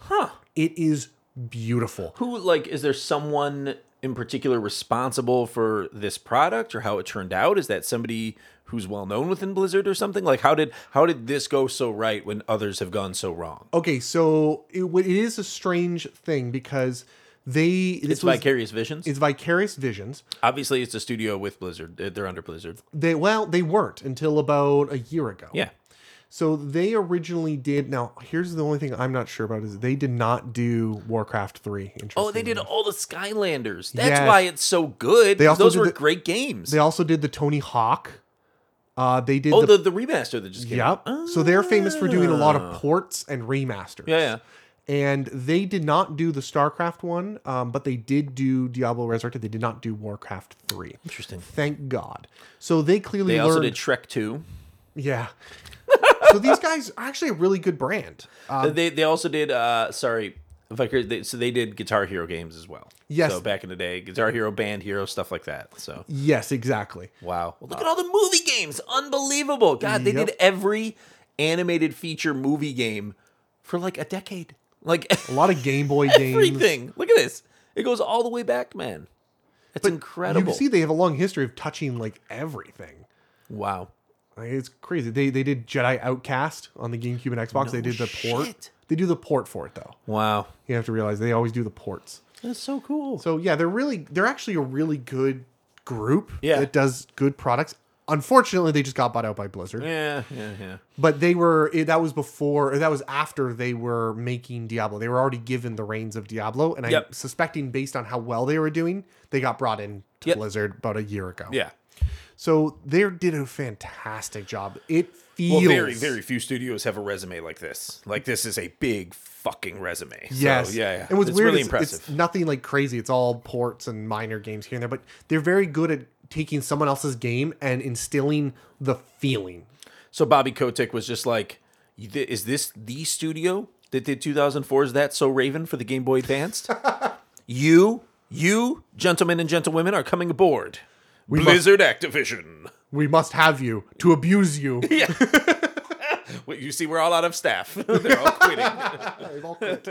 Speaker 1: huh.
Speaker 2: It is beautiful.
Speaker 1: Who like is there someone in particular responsible for this product or how it turned out? Is that somebody who's well known within Blizzard or something? Like how did how did this go so right when others have gone so wrong?
Speaker 2: Okay, so it, it is a strange thing because they this
Speaker 1: It's
Speaker 2: was,
Speaker 1: Vicarious Visions.
Speaker 2: it's vicarious visions.
Speaker 1: Obviously, it's a studio with Blizzard. They're- They're under Blizzard.
Speaker 2: They well, they weren't until about a year ago.
Speaker 1: Yeah.
Speaker 2: So they originally did. Now, here's the only thing I'm not sure about is they did not do Warcraft three.
Speaker 1: Oh, they
Speaker 2: interestingly.
Speaker 1: did all the Skylanders. That's
Speaker 2: Yes.
Speaker 1: why it's so good.
Speaker 2: They also
Speaker 1: Those
Speaker 2: did
Speaker 1: were
Speaker 2: the-
Speaker 1: great games.
Speaker 2: They also did the Tony Hawk. Uh, they did
Speaker 1: oh,
Speaker 2: the,
Speaker 1: the, the remaster that just came
Speaker 2: yep.
Speaker 1: out.
Speaker 2: So they're famous for doing a lot of
Speaker 1: Ah.
Speaker 2: ports and remasters.
Speaker 1: Yeah, yeah.
Speaker 2: And they did not do the StarCraft one, um, but they did do Diablo Resurrected. They did not do Warcraft three.
Speaker 1: Interesting.
Speaker 2: Thank God. So they clearly
Speaker 1: They
Speaker 2: learned.
Speaker 1: also did Shrek 2. [LAUGHS]
Speaker 2: Yeah. so these guys are actually a really good brand. Uh,
Speaker 1: they they also did uh sorry if I could, they, so they did Guitar Hero games as well.
Speaker 2: Yes.
Speaker 1: So back in the day, Guitar Hero, Band Hero, stuff like that. So
Speaker 2: yes, exactly.
Speaker 1: wow, well, look at all the movie games, unbelievable! God, they did
Speaker 2: Yep.
Speaker 1: every animated feature movie game for like a decade, like [LAUGHS]
Speaker 2: A lot of Game Boy games.
Speaker 1: everything. Look at this, it goes all the way back, man. That's
Speaker 2: You
Speaker 1: incredible.
Speaker 2: can see they have a long history of touching like everything.
Speaker 1: wow,
Speaker 2: Like, it's crazy. They they did Jedi Outcast on the GameCube and Xbox. they did the
Speaker 1: shit.
Speaker 2: port. They do the port for it though.
Speaker 1: wow,
Speaker 2: You have to realize they always do the ports.
Speaker 1: that's so cool.
Speaker 2: So yeah, they're really they're actually a really good group
Speaker 1: Yeah.
Speaker 2: that does good products. Unfortunately, they just got bought out by Blizzard.
Speaker 1: yeah, yeah, yeah.
Speaker 2: But they were it, that was before or that was after they were making Diablo. They were already given the reins of Diablo, and I'm
Speaker 1: Yep.
Speaker 2: suspecting based on how well they were doing, they got brought in to
Speaker 1: Yep.
Speaker 2: Blizzard about a year ago.
Speaker 1: Yeah.
Speaker 2: So they did a fantastic job. It
Speaker 1: Well,
Speaker 2: feels
Speaker 1: very, very few studios have a resume like this. Like this is a big fucking resume. So,
Speaker 2: yes,
Speaker 1: yeah, yeah.
Speaker 2: It was
Speaker 1: it's
Speaker 2: weird.
Speaker 1: really
Speaker 2: it's,
Speaker 1: impressive.
Speaker 2: It's nothing like crazy. It's all ports and minor games here and there, but they're very good at taking someone else's game and instilling the feeling.
Speaker 1: so Bobby Kotick was just like, "You thi- "Is this the studio that did 2004's That So Raven for the Game Boy Advanced? [LAUGHS] you, you, gentlemen and gentlewomen, are coming aboard." Blizzard Activision.
Speaker 2: We must have you to abuse
Speaker 1: [LAUGHS]
Speaker 2: you.
Speaker 1: Wait, you see, we're all out of staff. [LAUGHS] They're all
Speaker 2: [LAUGHS]
Speaker 1: quitting.
Speaker 2: They've all quit.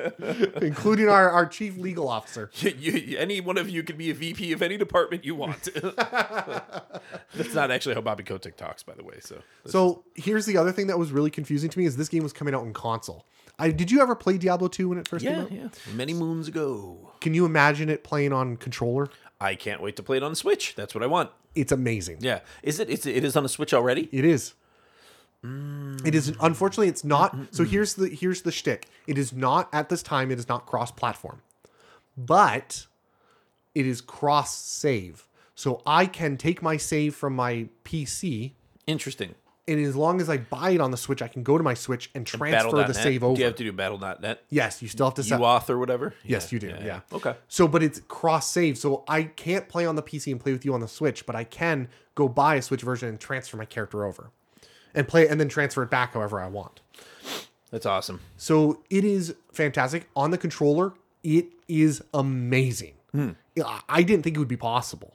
Speaker 2: including our, our chief legal officer.
Speaker 1: You- you- any one of you can be a VP of any department you want. [LAUGHS] That's not actually how Bobby Kotick talks, by the way. So
Speaker 2: So here's the other thing that was really confusing to me is this game was coming out in console. I did you ever play Diablo 2 when it first came
Speaker 1: Yeah,
Speaker 2: out?
Speaker 1: yeah. Many moons ago.
Speaker 2: Can you imagine it playing on controller?
Speaker 1: I can't wait to play it on the Switch. That's what I want.
Speaker 2: It's amazing.
Speaker 1: Yeah. Is it? It's, it is on the Switch already.
Speaker 2: It is. It is unfortunately it's not. So here's the here's the shtick. It is not at this time. It is not cross platform, but it is cross save. So I can take my save from my PC,
Speaker 1: Interesting.
Speaker 2: and as long as I buy it on the Switch, I can go to my Switch and transfer the
Speaker 1: Battle.net.
Speaker 2: save over.
Speaker 1: Do you have to do Battle.net?
Speaker 2: yes, you still have to
Speaker 1: You
Speaker 2: set.
Speaker 1: auth or whatever?
Speaker 2: Yes, you do, yeah.
Speaker 1: Okay.
Speaker 2: So, but it's cross save. So I can't play on the PC and play with you on the Switch, but I can go buy a Switch version and transfer my character over, and play and then transfer it back however I want.
Speaker 1: That's awesome.
Speaker 2: So it is fantastic on the controller. It is amazing.
Speaker 1: Hmm.
Speaker 2: I- I didn't think it would be possible.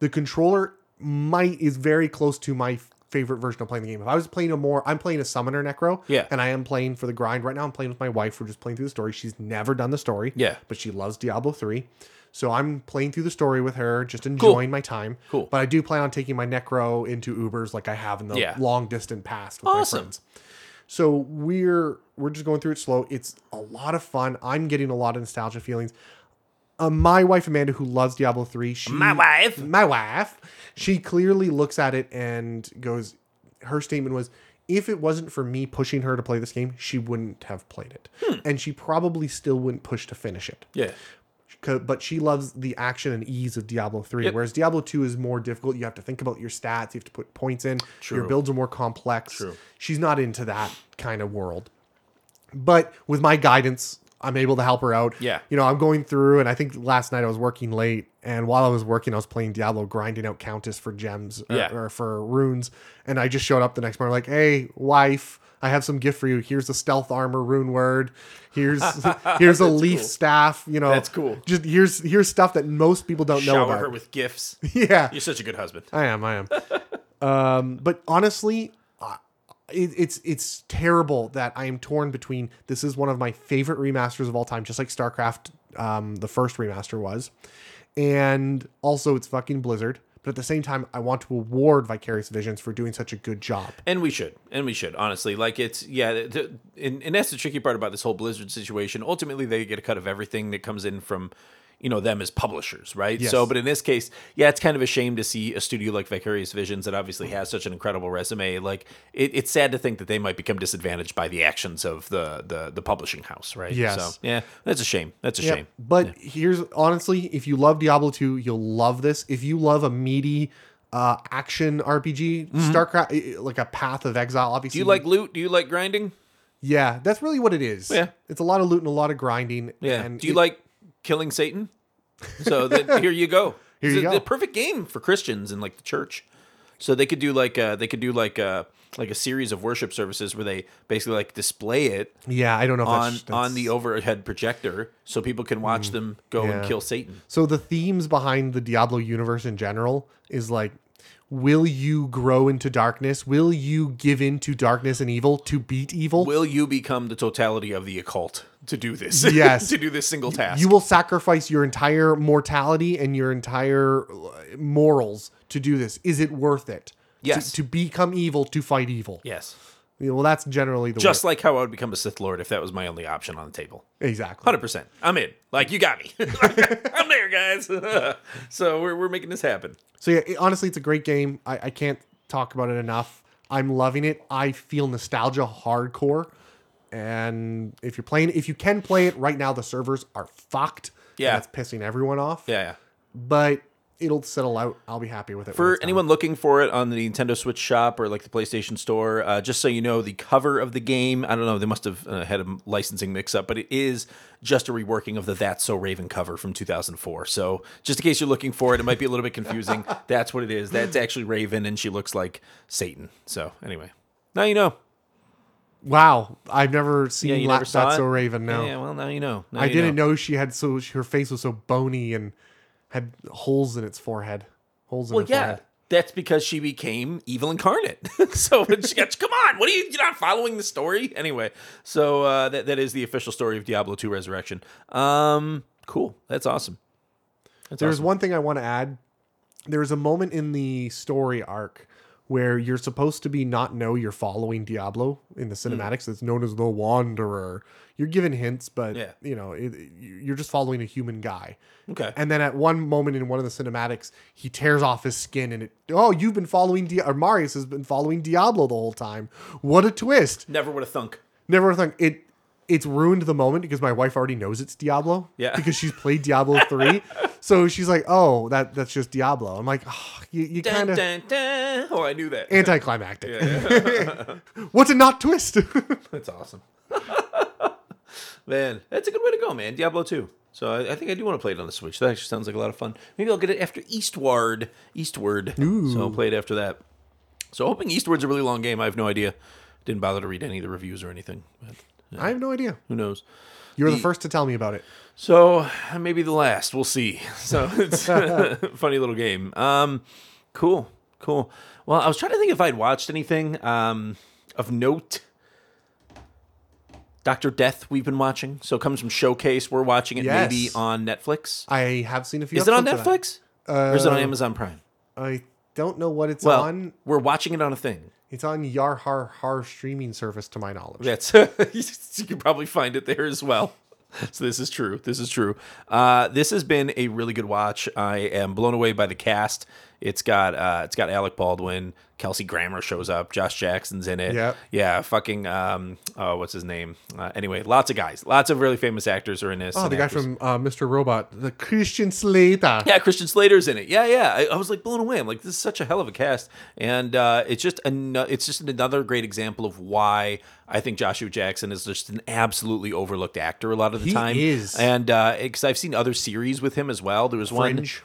Speaker 2: The controller might is very close to my f- favorite version of playing the game. If I was playing a more, I'm playing a summoner necro.
Speaker 1: Yeah.
Speaker 2: And I am playing for the grind right now. I'm playing with my wife. We're just playing through the story. She's never done the story.
Speaker 1: Yeah.
Speaker 2: But she loves Diablo three. So I'm playing through the story with her, just enjoying my time.
Speaker 1: Cool.
Speaker 2: But I do plan on taking my necro into Ubers like I have in the
Speaker 1: Yeah.
Speaker 2: long distant past with
Speaker 1: Awesome.
Speaker 2: my friends. So we're we're just going through it slow. It's a lot of fun. I'm getting a lot of nostalgia feelings. Uh, my wife Amanda, who loves Diablo three, she
Speaker 1: My wife.
Speaker 2: my wife, she clearly looks at it and goes. Her statement was, "If it wasn't for me pushing her to play this game, she wouldn't have played it,
Speaker 1: Hmm.
Speaker 2: and she probably still wouldn't push to finish it."
Speaker 1: Yeah.
Speaker 2: Co- but she loves the action and ease of Diablo 3. Whereas Diablo 2 is more difficult. You have to think about your stats, you have to put points in, your builds are more complex.
Speaker 1: True.
Speaker 2: She's not into that kind of world. But with my guidance, I'm able to help her out.
Speaker 1: Yeah.
Speaker 2: You know, I'm going through, and I think last night I was working late, and while I was working, I was playing Diablo, grinding out Countess for gems or,
Speaker 1: Yeah.
Speaker 2: or for runes. And I just showed up the next morning, like, hey, wife. I have some gift for you. Here's a stealth armor rune word. Here's [LAUGHS] here's a leaf staff. You know,
Speaker 1: That's cool.
Speaker 2: [LAUGHS] just here's here's stuff that most people don't know
Speaker 1: Shower
Speaker 2: about.
Speaker 1: her with
Speaker 2: [LAUGHS]
Speaker 1: gifts.
Speaker 2: yeah,
Speaker 1: You're such a good husband.
Speaker 2: I
Speaker 1: [LAUGHS]
Speaker 2: am. I am. um, but honestly, I- it, it's it's terrible that I am torn between. This is one of my favorite remasters of all time, just like StarCraft, um, the first remaster was, and also it's fucking Blizzard. But at the same time, I want to award Vicarious Visions for doing such a good job.
Speaker 1: And we should, and we should honestly. Like it's yeah, th- th- and, and that's the tricky part about this whole Blizzard situation. Ultimately, they get a cut of everything that comes in from, you know, them as publishers, right? So,
Speaker 2: Yes.
Speaker 1: but in this case, yeah, it's kind of a shame to see a studio like Vicarious Visions that obviously has such an incredible resume. Like it, it's sad to think that they might become disadvantaged by the actions of the the, the publishing house, right?
Speaker 2: Yes.
Speaker 1: So yeah, that's a shame. That's a
Speaker 2: Yeah,
Speaker 1: shame.
Speaker 2: But here's honestly, if you love Diablo 2, you'll love this. If you love a meaty uh, action RPG, StarCraft, eh, eh, like a Path of Exile, obviously.
Speaker 1: Mm-hmm. Do you like loot? Do you like grinding?
Speaker 2: Yeah, that's really what it is.
Speaker 1: Yeah.
Speaker 2: It's a lot of loot and a lot of grinding.
Speaker 1: Yeah.
Speaker 2: And
Speaker 1: Do you
Speaker 2: it-
Speaker 1: like killing Satan? So
Speaker 2: [LAUGHS]
Speaker 1: then here you go.
Speaker 2: Here
Speaker 1: It's
Speaker 2: you
Speaker 1: a-
Speaker 2: go.
Speaker 1: The perfect game for Christians and like the church. So they could do like uh they could do like uh like a series of worship services where they basically like display it
Speaker 2: Yeah, I don't know if
Speaker 1: on
Speaker 2: that's,
Speaker 1: on
Speaker 2: that's-
Speaker 1: the overhead projector so people can watch them go and
Speaker 2: yeah.
Speaker 1: kill Satan.
Speaker 2: So the themes behind the Diablo universe in general is like will you grow into darkness? Will you give in to darkness and evil to beat evil?
Speaker 1: Will you become the totality of the occult to do this? [LAUGHS]
Speaker 2: Yes.
Speaker 1: to do this single task.
Speaker 2: you will sacrifice your entire mortality and your entire uh, morals to do this. Is it worth it?
Speaker 1: Yes.
Speaker 2: To, to become evil, to fight evil.
Speaker 1: yes.
Speaker 2: Yeah, Well, that's generally the
Speaker 1: Just like how I would become a Sith Lord if that was my only option on the table.
Speaker 2: way. Exactly.
Speaker 1: Hundred percent. I'm in. Like you got me. [LAUGHS] I'm there, guys. [LAUGHS] so we're, we're making this happen.
Speaker 2: So yeah, it- honestly, it's a great game. I, I can't talk about it enough. I'm loving it. I feel nostalgia hardcore. And if you're playing, if you can play it right now, the servers are fucked. and
Speaker 1: Yeah.
Speaker 2: that's pissing everyone off.
Speaker 1: Yeah. yeah.
Speaker 2: but it'll settle out. I'll be happy with it. when
Speaker 1: For
Speaker 2: it's done.
Speaker 1: anyone looking for it on the Nintendo Switch shop or like the PlayStation Store, uh, just so you know, the cover of the game, I don't know, they must have uh, had a licensing mix up, but it is just a reworking of the That's So Raven cover from 2004. So just in case you're looking for it, it might be a little bit
Speaker 2: [LAUGHS]
Speaker 1: confusing. That's what it is. That's actually Raven, and she looks like Satan. So anyway, now you know.
Speaker 2: wow, I've never seen
Speaker 1: you
Speaker 2: La-
Speaker 1: never saw
Speaker 2: That's
Speaker 1: it?
Speaker 2: So Raven. No,
Speaker 1: Yeah, well, now you know. Now
Speaker 2: I
Speaker 1: you
Speaker 2: didn't know. she had so she, her face was so bony and had holes in its forehead. Holes in
Speaker 1: Well,
Speaker 2: her
Speaker 1: yeah,
Speaker 2: forehead.
Speaker 1: that's because she became evil incarnate. [LAUGHS] so when she got, come on, what are you? You're not following the story anyway. So uh, that that is the official story of Diablo Two Resurrection. Um, cool, that's awesome. That's
Speaker 2: There's
Speaker 1: awesome.
Speaker 2: one thing I want to add. There's a moment in the story arc where you're supposed to be not know you're following Diablo in the
Speaker 1: Mm.
Speaker 2: cinematics. It's known as the Wanderer. You're given hints, but
Speaker 1: Yeah.
Speaker 2: you know it, it- you're just following a human guy.
Speaker 1: Okay.
Speaker 2: And then at one moment in one of the cinematics, he tears off his skin, and it oh you've been following Di- or Marius has been following Diablo the whole time. What a twist!
Speaker 1: Never would have thunk.
Speaker 2: Never would've thunk it. It's ruined the moment because my wife already knows it's Diablo.
Speaker 1: Yeah.
Speaker 2: [LAUGHS] Because she's played Diablo
Speaker 1: [LAUGHS]
Speaker 2: three, so she's like, "Oh, that that's just Diablo." I'm like, oh, "You, you
Speaker 1: Dun,
Speaker 2: kind of
Speaker 1: dun, dun. Oh, I knew that.
Speaker 2: anticlimactic. [LAUGHS] What's a not twist?
Speaker 1: That's awesome. [LAUGHS] man, that's a good way to go, man. Diablo 2. So I, I think I do want to play it on the Switch. That actually sounds like a lot of fun. Maybe I'll get it after Eastward. Eastward. So I'll play it after that. So hoping Eastward's a really long game. I have no idea. Didn't bother to read any of the reviews or anything. But
Speaker 2: I have no idea.
Speaker 1: who knows?
Speaker 2: You were the first to tell me about it.
Speaker 1: So maybe the last. We'll see. [LAUGHS] So it's a funny little game. Um, cool, cool. Well, I was trying to think if I'd watched anything um, of note. Doctor Death, we've been watching. So it comes from Showcase. We're watching it
Speaker 2: Yes.
Speaker 1: maybe on Netflix.
Speaker 2: I have seen a few.
Speaker 1: Is it on
Speaker 2: episodes of that.
Speaker 1: Netflix? or is it on Amazon Prime?
Speaker 2: I don't know what it's
Speaker 1: Well,
Speaker 2: on.
Speaker 1: we're watching it on a thing.
Speaker 2: It's on Yar Har Har streaming service, to my knowledge.
Speaker 1: That's [LAUGHS] you can probably find it there as well. So this is true. This is true. Uh, this has been a really good watch. I am blown away by the cast. It's got uh, it's got Alec Baldwin, Kelsey Grammer shows up, Josh Jackson's in it.
Speaker 2: Yep.
Speaker 1: yeah. Fucking um, oh, what's his name? Uh, anyway, lots of guys, lots of really famous actors are in this.
Speaker 2: Oh,
Speaker 1: and
Speaker 2: the guy
Speaker 1: actresses.
Speaker 2: from uh, Mr. Robot, the Christian Slater.
Speaker 1: Yeah, Christian Slater's in it. Yeah, yeah. I, I was like blown away. I'm like, this is such a hell of a cast, and uh, it's just an, it's just another great example of why I think Joshua Jackson is just an absolutely overlooked actor a lot of the
Speaker 2: He
Speaker 1: time.
Speaker 2: is.
Speaker 1: and because I've seen other series with him as well. There was one
Speaker 2: Fringe.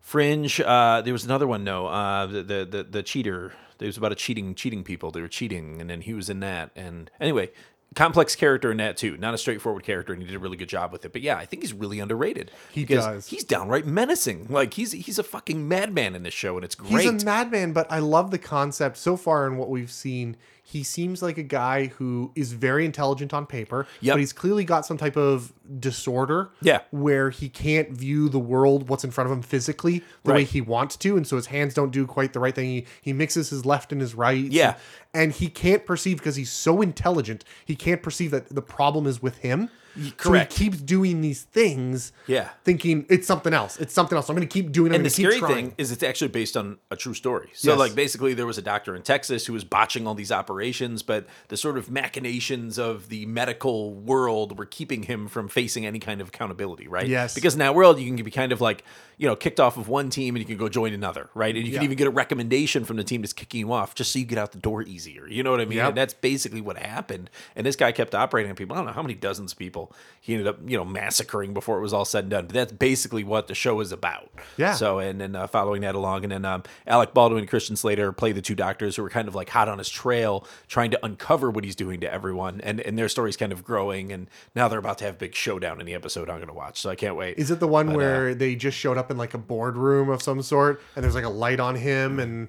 Speaker 1: Fringe. Uh, there was another one. No, uh, the, the the the cheater. It was about a cheating cheating people. They were cheating, and then he was in that. And anyway. Complex character in that too, not a straightforward character, and he did a really good job with it. But yeah, I think he's really underrated.
Speaker 2: He
Speaker 1: because
Speaker 2: does.
Speaker 1: He's downright menacing. Like he's he's a fucking madman in this show, and it's great.
Speaker 2: He's a madman, but I love the concept so far in what we've seen. He seems like a guy who is very intelligent on paper,
Speaker 1: Yep.
Speaker 2: but he's clearly got some type of disorder.
Speaker 1: Yeah.
Speaker 2: Where he can't view the world, what's in front of him physically, the way
Speaker 1: Right.
Speaker 2: he wants to. And so his hands don't do quite the right thing. He, he mixes his left and his right.
Speaker 1: Yeah.
Speaker 2: And he can't perceive because he's so intelligent, he can't perceive that the problem is with him.
Speaker 1: correct.
Speaker 2: So he keeps doing these things.
Speaker 1: Yeah.
Speaker 2: Thinking it's something else. It's something else. I'm going to keep doing it. I'm
Speaker 1: and the
Speaker 2: gonna
Speaker 1: scary
Speaker 2: keep trying."
Speaker 1: thing is it's actually based on a true story. So
Speaker 2: Yes.
Speaker 1: like basically there was a doctor in Texas who was botching all these operations, but the sort of machinations of the medical world were keeping him from facing any kind of accountability, right?
Speaker 2: Yes.
Speaker 1: Because in that world you can be kind of like, you know, kicked off of one team and you can go join another, right? And you can
Speaker 2: Yeah.
Speaker 1: even get a recommendation from the team that's kicking you off just so you get out the door easier. You know what I mean?
Speaker 2: Yep.
Speaker 1: And that's basically what happened. And this guy kept operating on people. I don't know how many dozens of people he ended up, you know, massacring before it was all said and done. But that's basically what the show is about.
Speaker 2: Yeah.
Speaker 1: So and then uh, following that along, and then um, Alec Baldwin and Christian Slater play the two doctors who were kind of like hot on his trail, trying to uncover what he's doing to everyone, and and their story's kind of growing, and now they're about to have a big showdown in the episode I'm going to watch, so I can't wait.
Speaker 2: Is it the one where they just showed up in like a boardroom of some sort, and there's like a light on him, and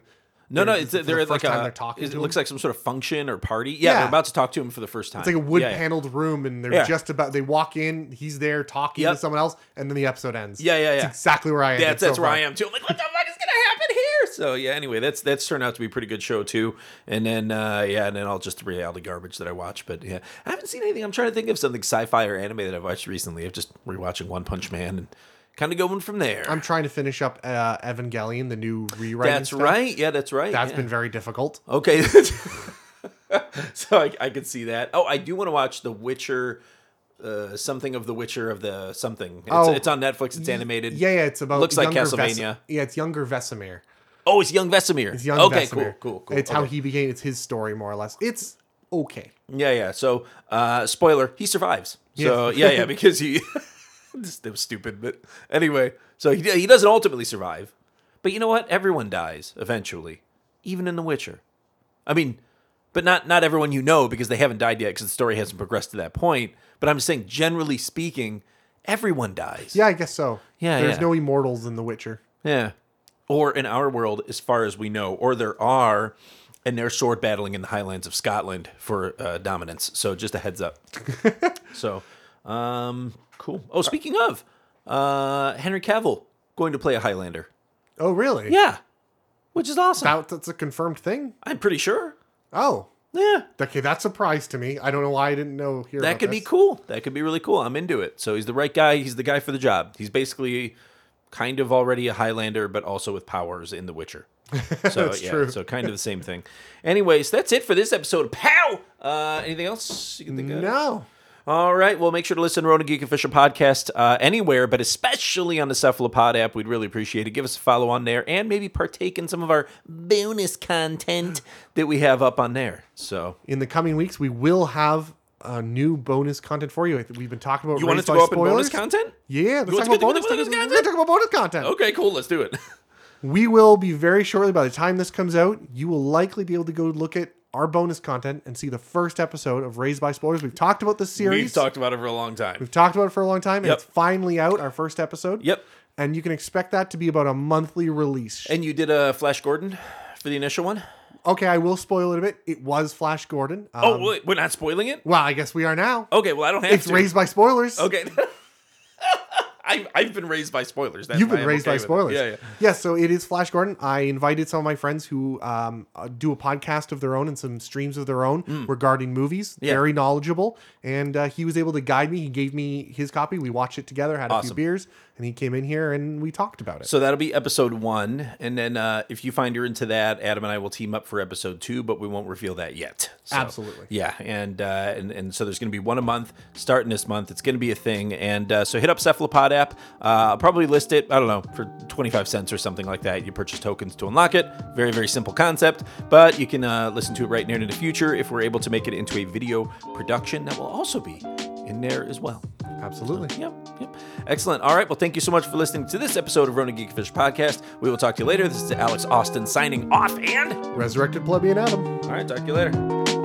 Speaker 1: no, no,
Speaker 2: they're-
Speaker 1: it's
Speaker 2: for the
Speaker 1: they're at
Speaker 2: first
Speaker 1: like
Speaker 2: time
Speaker 1: a.
Speaker 2: they're talking
Speaker 1: it
Speaker 2: to him?
Speaker 1: looks like some sort of function or party. Yeah,
Speaker 2: Yeah.
Speaker 1: they're about to talk to him for the first time.
Speaker 2: it's like a wood
Speaker 1: yeah, yeah.
Speaker 2: paneled room, and they're
Speaker 1: Yeah.
Speaker 2: just about they walk in, he's there talking to
Speaker 1: Yep.
Speaker 2: someone else, and then the episode ends.
Speaker 1: Yeah, yeah,
Speaker 2: It's
Speaker 1: yeah.
Speaker 2: exactly where I am.
Speaker 1: That's that's where I am too. I'm like, what the fuck is gonna happen here? So yeah, anyway, that's that's turned out to be a pretty good show too. And then uh yeah, and then all just the reality garbage that I watch. But yeah. I haven't seen anything. I'm trying to think of something sci-fi or anime that I've watched recently. I've just rewatching One Punch Man and kind of going from there.
Speaker 2: I'm trying to finish up uh, Evangelion, the new rewrite.
Speaker 1: that's right. Yeah, that's right.
Speaker 2: That's
Speaker 1: yeah.
Speaker 2: been very difficult.
Speaker 1: Okay. [LAUGHS] so I, I could see that. Oh, I do want to watch The Witcher, uh, something of The Witcher of the something. It's,
Speaker 2: Oh.
Speaker 1: it's on Netflix. It's animated.
Speaker 2: Yeah, yeah. It's about
Speaker 1: Looks like
Speaker 2: younger Ves-
Speaker 1: Castlevania.
Speaker 2: yeah, it's younger Vesemir.
Speaker 1: Oh, it's Young Vesemir.
Speaker 2: It's young
Speaker 1: okay,
Speaker 2: Vesemir.
Speaker 1: cool, cool, cool.
Speaker 2: It's
Speaker 1: okay.
Speaker 2: how he became. It's his story, more or less. It's okay.
Speaker 1: Yeah, yeah. So, uh, spoiler, he survives. So,
Speaker 2: Yeah.
Speaker 1: yeah, [LAUGHS] yeah, because he. this that was stupid, but anyway. So he, he doesn't ultimately survive. But you know what? Everyone dies eventually, even in The Witcher. I mean, but not not everyone you know because they haven't died yet because the story hasn't progressed to that point. But I'm just saying, generally speaking, everyone dies.
Speaker 2: Yeah, I guess so.
Speaker 1: Yeah,
Speaker 2: There's
Speaker 1: yeah.
Speaker 2: no immortals in The Witcher.
Speaker 1: Yeah. Or in our world, as far as we know, or there are, and they're sword battling in the highlands of Scotland for uh, dominance. So just a [LAUGHS] heads up. so, um, cool. Oh, speaking of, uh, Henry Cavill going to play a Highlander.
Speaker 2: Oh, really?
Speaker 1: Yeah. which is awesome.
Speaker 2: That, that's a confirmed thing.
Speaker 1: I'm pretty sure.
Speaker 2: Oh,
Speaker 1: Yeah,
Speaker 2: okay, that's a surprise to me. I don't know why I didn't know here.
Speaker 1: that
Speaker 2: about
Speaker 1: could be
Speaker 2: this.
Speaker 1: cool. That could be really cool. I'm into it. So he's the right guy. He's the guy for the job. He's basically kind of already a Highlander, but also with powers in The
Speaker 2: [LAUGHS]
Speaker 1: Witcher. So
Speaker 2: That's
Speaker 1: yeah,
Speaker 2: true.
Speaker 1: so kind of the same thing. Anyways, that's it for this episode. of Pow! Uh, anything else you can think of?
Speaker 2: No.
Speaker 1: All right. Well, make sure to listen to Ronan Geek Official podcast uh, anywhere, but especially on the Cephalopod app. We'd really appreciate it. Give us a follow on there and maybe partake in some of our bonus content that we have up on there. So
Speaker 2: In the coming weeks, we will have a new bonus content for you. I think We've been talking about.
Speaker 1: you want us
Speaker 2: Raised
Speaker 1: to
Speaker 2: by
Speaker 1: go up in bonus
Speaker 2: Spoilers.
Speaker 1: content?
Speaker 2: Yeah, let's
Speaker 1: want
Speaker 2: talk
Speaker 1: to
Speaker 2: about
Speaker 1: go
Speaker 2: bonus
Speaker 1: into
Speaker 2: content.
Speaker 1: bonus
Speaker 2: We're gonna talk about bonus content.
Speaker 1: Okay, cool. Let's do it. [LAUGHS]
Speaker 2: We will be very shortly, by the time this comes out, you will likely be able to go look at our bonus content and see the first episode of Raised by Spoilers. We've talked about this series.
Speaker 1: We've talked about it for a long time.
Speaker 2: We've talked about it for a long time, and
Speaker 1: Yep.
Speaker 2: it's finally out, our first episode.
Speaker 1: Yep.
Speaker 2: And you can expect that to be about a monthly release.
Speaker 1: And you did a Flash Gordon for the initial one.
Speaker 2: okay, I will spoil it a bit. It was Flash Gordon. Um,
Speaker 1: Oh, wait, we're not spoiling it.
Speaker 2: well, I guess we are now.
Speaker 1: Okay, well I don't have
Speaker 2: it's
Speaker 1: to.
Speaker 2: Raised by Spoilers.
Speaker 1: okay. [LAUGHS] I've, I've been raised by spoilers. That's
Speaker 2: You've
Speaker 1: why
Speaker 2: been
Speaker 1: I'm
Speaker 2: raised
Speaker 1: okay
Speaker 2: by
Speaker 1: with it.
Speaker 2: spoilers.
Speaker 1: Yeah, yeah.
Speaker 2: Yeah, so it is Flash Gordon. I invited some of my friends who um, uh, do a podcast of their own and some streams of their own regarding movies.
Speaker 1: Mm. Yeah.
Speaker 2: Very knowledgeable. And uh, he was able to guide me. He gave me his copy. We watched it together, had a
Speaker 1: Awesome.
Speaker 2: few beers, and he came in here and we talked about it.
Speaker 1: So that'll be episode one, and then uh, if you find you're into that, Adam and I will team up for episode two, but we won't reveal that yet. So,
Speaker 2: Absolutely.
Speaker 1: Yeah, and uh, and and so there's going to be one a month starting this month. It's going to be a thing, and uh, so hit up Cephalopod app. Uh, I'll probably list it. I don't know for 25 cents or something like that. You purchase tokens to unlock it. Very very simple concept, but you can uh, listen to it right near in the future if we're able to make it into a video production that will also be in there as well.
Speaker 2: Absolutely.
Speaker 1: Yep, yep. Excellent. All right. Well, thank you so much for listening to this episode of Rona Geekfish Podcast. We will talk to you later. This is Alex Austin signing off, and
Speaker 2: Resurrected Plebeian Adam.
Speaker 1: all right, talk to you later.